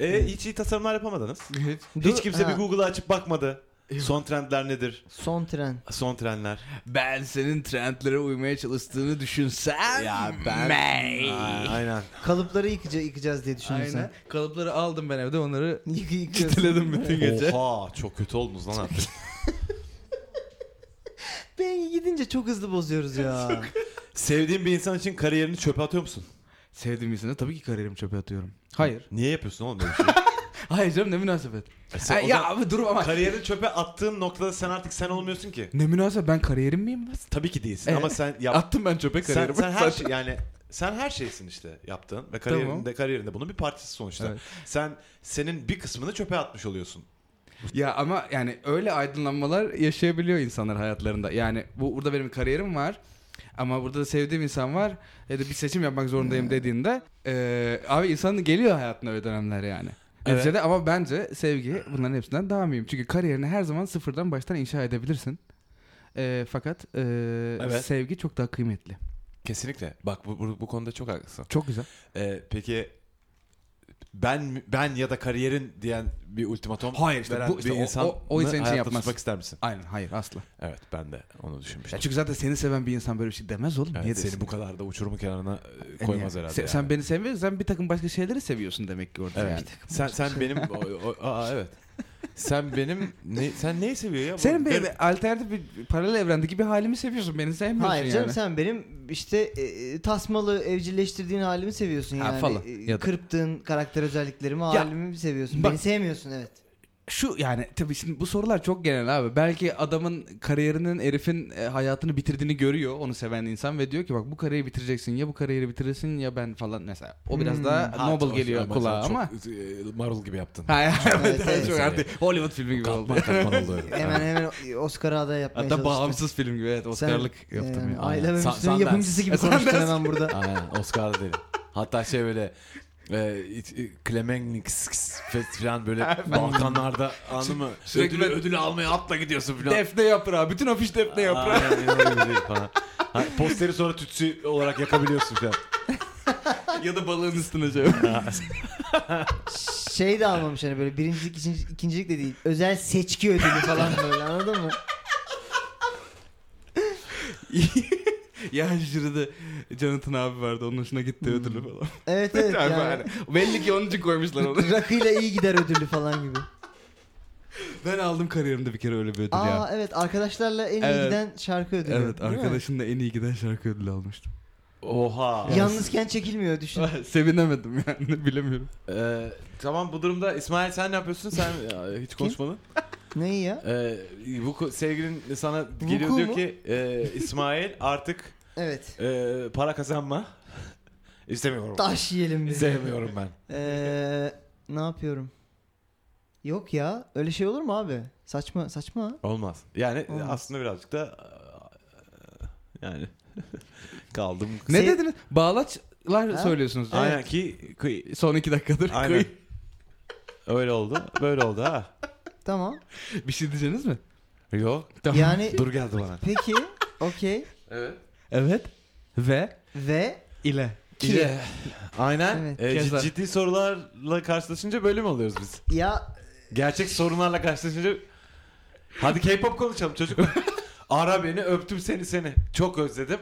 B: E, hiç iyi tasarımlar yapamadınız.
C: Hiç.
B: Hiç
E: Dur-
B: kimse
E: Ha,
B: bir Google'ı açıp bakmadı. Son trendler nedir?
E: Son tren.
B: Son trendler.
C: Ben senin trendlere uymaya çalıştığını düşünsem.
B: Ya ben-
C: May.
B: Aa, aynen.
E: Kalıpları yıkıca, yıkacağız diye düşündün
C: Aynen.
E: sen.
C: Kalıpları aldım ben evde onları
E: Yık, yıkacağız.
C: çitiledim bütün gece.
B: Oha çok kötü oldunuz lan artık.
E: Ben gidince çok hızlı bozuyoruz ya.
B: Sevdiğin bir insan için kariyerini çöpe atıyor musun?
C: Sevdiğim insanı tabii ki kariyerimi çöpe atıyorum. Hayır.
B: Niye yapıyorsun oğlum böyle bir şey?
C: Hayır canım ne münasebet.
B: sen
C: Ha,
B: o
C: ya
B: zaman-
C: abi dur ama.
B: Kariyerini çöpe attığın noktada sen artık sen olmuyorsun ki.
C: Ne münasebet ben kariyerim miyim? ben?
B: Tabii ki değilsin
C: Evet.
B: ama sen yap.
C: Attım ben çöpe
B: sen,
C: kariyerimi.
B: sen
C: Zaten-
B: her şey yani sen her şeysin işte yaptığın ve kariyerinde
C: Tamam.
B: kariyerinde bunun bir parçası sonuçta.
C: Evet.
B: Sen senin bir kısmını çöpe atmış oluyorsun.
C: Ya ama yani öyle aydınlanmalar yaşayabiliyor insanlar hayatlarında. Yani bu burada benim kariyerim var. Ama burada da sevdiğim insan var. Ya da bir seçim yapmak
B: Ee.
C: zorundayım dediğinde eee, abi insanın geliyor hayatına öyle dönemler yani. Neticede ama bence sevgi bunların hepsinden daha mühim. Çünkü kariyerini her zaman sıfırdan baştan inşa edebilirsin. Eee, fakat eee,
B: Evet.
C: sevgi çok daha kıymetli.
B: Kesinlikle. Bak bu, bu, bu konuda çok haklısın.
C: Çok güzel.
B: Ee, peki ben ben ya da kariyerin diyen bir ultimatom
C: Hayır, işte
B: veren
C: bu- işte
B: bir
C: o-
B: insan
C: o- o insan için yapmaz.
B: tutmak ister misin?
C: Aynen hayır asla.
B: Evet ben de onu düşünmüştüm.
C: Ya çünkü zaten seni seven bir insan böyle bir şey demez oğlum.
B: Evet,
C: Niye
B: seni
C: desin?
B: bu kadar da uçurumun kenarına e,
C: Yani
B: koymaz
C: yani.
B: herhalde.
C: Sen,
B: yani.
C: sen beni sevmiyorsan sen bir takım başka şeyleri seviyorsun demek ki orada yani.
B: Evet. Sen sen benim o- o- aa evet. Sen benim ne, sen neyi seviyor ya?
C: Senin
B: Bu-
C: benim alternatif bir paralel evrendeki bir halimi seviyorsun. Beni sevmiyorsun
E: Hayır
C: yani.
E: canım sen benim işte e, tasmalı evcilleştirdiğin halimi seviyorsun
C: Ha,
E: yani.
C: falan.
E: E,
C: Ya da-
E: Kırptığın karakter özelliklerimi halimi seviyorsun.
C: bak-
E: Beni sevmiyorsun evet.
C: Şu yani tabii şimdi bu sorular çok genel abi. Belki adamın kariyerinin herifin e, hayatını bitirdiğini görüyor onu seven insan ve diyor ki bak bu kariyeri bitireceksin ya bu kariyeri bitirirsin ya ben falan mesela. O
E: Hmm,
C: biraz daha
B: Aa,
C: noble
B: çok-
C: geliyor
B: ama sen
C: kulağa
B: çok,
C: ama.
B: e, Marul gibi yaptın.
C: Hayır,
E: Evet, evet.
C: çok artık Hollywood filmi gibi oldu.
B: Kalkman kalkman oldu.
E: Hemen hemen Oscar'a aday yapmaya
C: Hatta
E: çalıştım.
C: bağımsız film gibi evet Oscar'lık yaptım.
E: Ee,
C: ya.
E: Aile
B: Sa-
E: Memnunsu'nun
B: Sundance.
E: yapımcısı gibi
C: E,
E: konuştun
C: Sundance.
E: hemen burada.
B: Aynen Oscar'da değil. Hatta şey böyle e, it- it- Clemenix falan böyle Balkanlarda anladın mı?
C: Sürekli
B: ödülü,
C: böyle-
B: ödülü almaya atla gidiyorsun falan.
C: Defne yaprağı. Bütün afiş defne yaprağı.
B: Aynen, inanılmaz bir şey falan. Ha, posteri sonra tütsü olarak yakabiliyorsun falan.
C: ya da balığın üstüne şey.
E: Şey de almamış hani böyle birincilik, ikinci- ikincilik de değil. Özel seçki ödülü falan böyle anladın mı?
C: ya jüride Jonathan abi vardı onun hoşuna
E: Hmm.
C: gitti ödülü falan.
E: Evet evet
C: Abi
E: yani.
C: hani belli ki onun için koymuşlar onu.
E: Rakıyla iyi gider ödülü falan gibi.
C: ben aldım kariyerimde bir kere öyle bir ödül
E: Aa
C: ya.
E: evet arkadaşlarla en iyi
C: Evet.
E: giden şarkı ödülü.
C: Evet
E: değil mi?
C: arkadaşın da en iyi giden şarkı ödülü almıştım.
B: Oha.
E: Yalnızken çekilmiyor düşün.
C: Sevinemedim yani bilemiyorum.
B: Ee, tamam bu durumda İsmail sen ne yapıyorsun? Sen ya, hiç konuşmadın.
E: Neyi ya?
B: Ee, bu ko- sevgilin sana geliyor
E: Vuku
B: diyor
E: mu?
B: ki e, İsmail artık
E: Evet.
B: e, para kazanma. İstemiyorum.
E: Taş yiyelim biz.
B: İstemiyorum ben.
E: Ee, ne yapıyorum? Yok ya öyle şey olur mu abi? Saçma saçma.
B: Olmaz. Yani
E: Olmaz.
B: aslında birazcık da e, yani kaldım.
C: Ne
E: Se-
C: dediniz? Bağlaçlar
E: Ha?
C: söylüyorsunuz.
B: Aynen ki kıy.
C: Son iki dakikadır.
B: Aynen.
C: Kıy-
B: Öyle oldu. Böyle oldu ha.
E: Tamam.
C: Bir şey diyeceğiniz mi?
B: Yok.
C: Tamam.
E: Yani
B: Dur geldi bana.
E: peki okey
B: Evet.
C: Evet. Ve
E: ve
C: ile.
E: ki
B: Aynen.
E: Evet.
B: E,
C: Keza.
B: c- ciddi sorularla karşılaşınca böyle mi oluyoruz biz?
E: ya
B: Gerçek sorunlarla karşılaşınca hadi K-pop konuşalım çocuk. Ara beni öptüm seni seni. Çok özledim.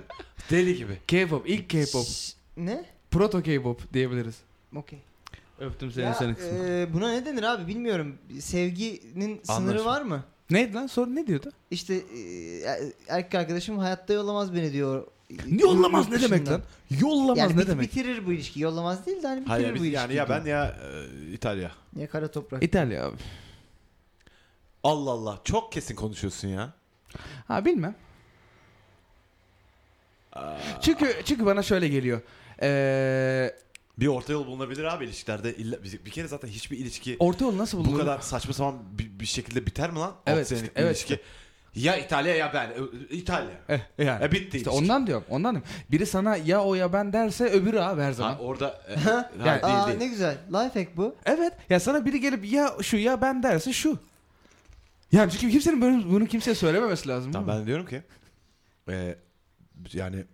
B: Deli gibi.
C: K-pop. ilk K-pop.
E: Şş, ne?
C: Proto K-pop diyebiliriz.
E: Okey.
C: Öptüm seni
E: Ya,
C: senin kısmı.
E: e, buna ne denir abi bilmiyorum. Sevginin sınırı
B: Anlaşıldı.
E: var mı?
C: Neydi lan soru ne diyordu?
E: İşte e, erkek arkadaşım hayatta yollamaz beni diyor.
C: Yollamaz ne
E: Yurt
C: demek
E: dışından.
C: lan? Yollamaz
E: Yani
C: ne
E: bit-
C: demek?
E: bitirir bu ilişki. Yollamaz değil de hani bitirir
B: Hayır
E: bu
B: biz-
E: ilişki.
B: yani ya
E: diyor.
B: ben ya e, İtalya.
E: Ya kara toprak.
C: İtalya abi.
B: Allah Allah çok kesin konuşuyorsun ya.
C: Ha bilmem. Çünkü çünkü bana şöyle geliyor. Ee,
B: Bir orta yol bulunabilir abi ilişkilerde. İlla- bir, bir kere zaten hiçbir ilişki
C: orta yol nasıl bulunur?
B: bu kadar saçma sapan bir, bir şekilde biter mi lan?
C: Evet
B: Altı senelik
C: işte,
B: bir
C: evet
B: ilişki. Ya İtalya ya ben. Ö- İtalya.
C: Eh, yani.
B: E bitti
C: işte
B: ilişki.
C: ondan diyorum. Ondan diyorum. Biri sana ya o ya ben derse öbürü abi her zaman.
B: Ha, orada e,
C: Yani-
B: hayır, değil,
E: Aa
B: değil.
E: ne güzel. Lifehack bu.
C: evet. Ya sana biri gelip ya şu ya ben derse şu. Yani çünkü kimsenin böyle- bunu kimseye söylememesi lazım.
B: Tamam
C: değil mi?
B: ben diyorum ki e, yani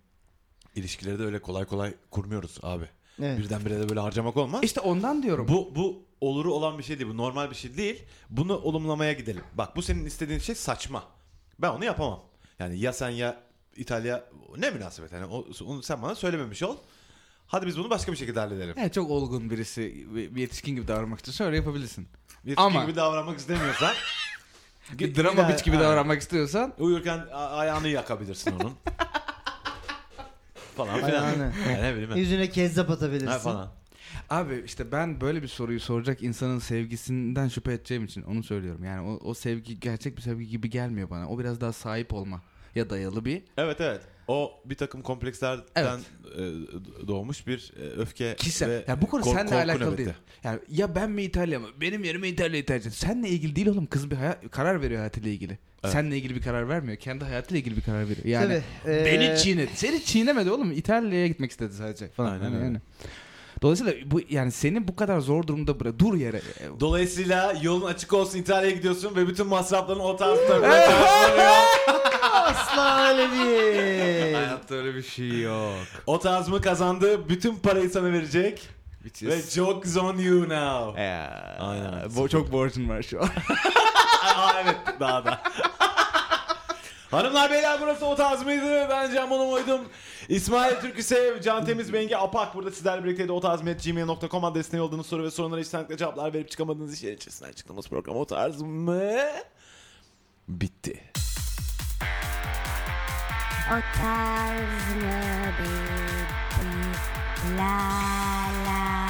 B: ilişkileri de öyle kolay kolay kurmuyoruz abi.
E: Evet.
B: Birdenbire de böyle harcamak olmaz.
C: İşte ondan diyorum.
B: Bu bu oluru olan bir şey değil. Bu normal bir şey değil. Bunu olumlamaya gidelim. Bak bu senin istediğin şey saçma. Ben onu yapamam. Yani ya sen ya İtalya ne münasebet yani o, onu sen bana söylememiş ol. Hadi biz bunu başka bir şekilde halledelim.
C: Evet, çok olgun birisi bir bir yetişkin gibi davranmak istiyorsa öyle yapabilirsin.
B: Bir
C: Ama-
B: gibi davranmak istemiyorsan
C: Bir drama
B: bir-
C: bitch gibi
B: aynen.
C: davranmak istiyorsan
B: uyurken a- ayağını yakabilirsin onun. falan filan.
E: Ayağını.
B: Yani ne bileyim ben.
E: Yüzüne kezzap atabilirsin.
B: Ha, falan.
C: Abi işte ben böyle bir soruyu soracak insanın sevgisinden şüphe edeceğim için onu söylüyorum. Yani o, o sevgi gerçek bir sevgi gibi gelmiyor bana. O biraz daha sahip olma ya dayalı bir
B: Evet evet. O bir takım komplekslerden
C: Evet.
B: e, doğmuş bir e, öfke
C: kişisel.
B: ve
C: yani bu konu
B: kork-
C: seninle
B: korku
C: alakalı
B: nöbeti.
C: değil. Yani ya ben mi İtalya mı? Benim yerime İtalya'yı tercih et. Seninle ilgili değil oğlum. Kız bir hayat, karar veriyor hayatıyla ilgili.
B: Evet.
C: Seninle ilgili bir karar vermiyor. Kendi hayatıyla ilgili bir karar veriyor. Yani
E: Tabii, e, Ee, eee,
C: Beni çiğnedi. Seni çiğnemedi oğlum. İtalya'ya gitmek istedi sadece falan.
B: Aynen
C: Yani-
B: öyle.
C: yani. Dolayısıyla bu yani seni bu kadar zor durumda bırak. Dur yere.
B: Dolayısıyla yolun açık olsun İtalya'ya gidiyorsun ve bütün masrafların o tarzda karşılanıyor.
E: Asla öyle değil.
C: Hayatta öyle bir şey yok.
B: o tarz mı kazandı? Bütün parayı sana verecek. Ve joke's on you now. Aynen.
C: Aynen. Bo- Ee, çok borcun var şu an.
B: Aa, evet daha da. Hanımlar beyler burası o tarz mıydı? Ben Can Bonomo'ydum. İsmail Türküsev, Can Temiz Bengi Apak burada sizlerle birlikteydi. otazmi.gmail.com adresine yolladığınız soru ve sorunlara içtenlikle cevaplar verip çıkamadığınız işlerin içerisinden çıktığımız program o tarz mı? Bitti.
G: Otarz mı bitti? La la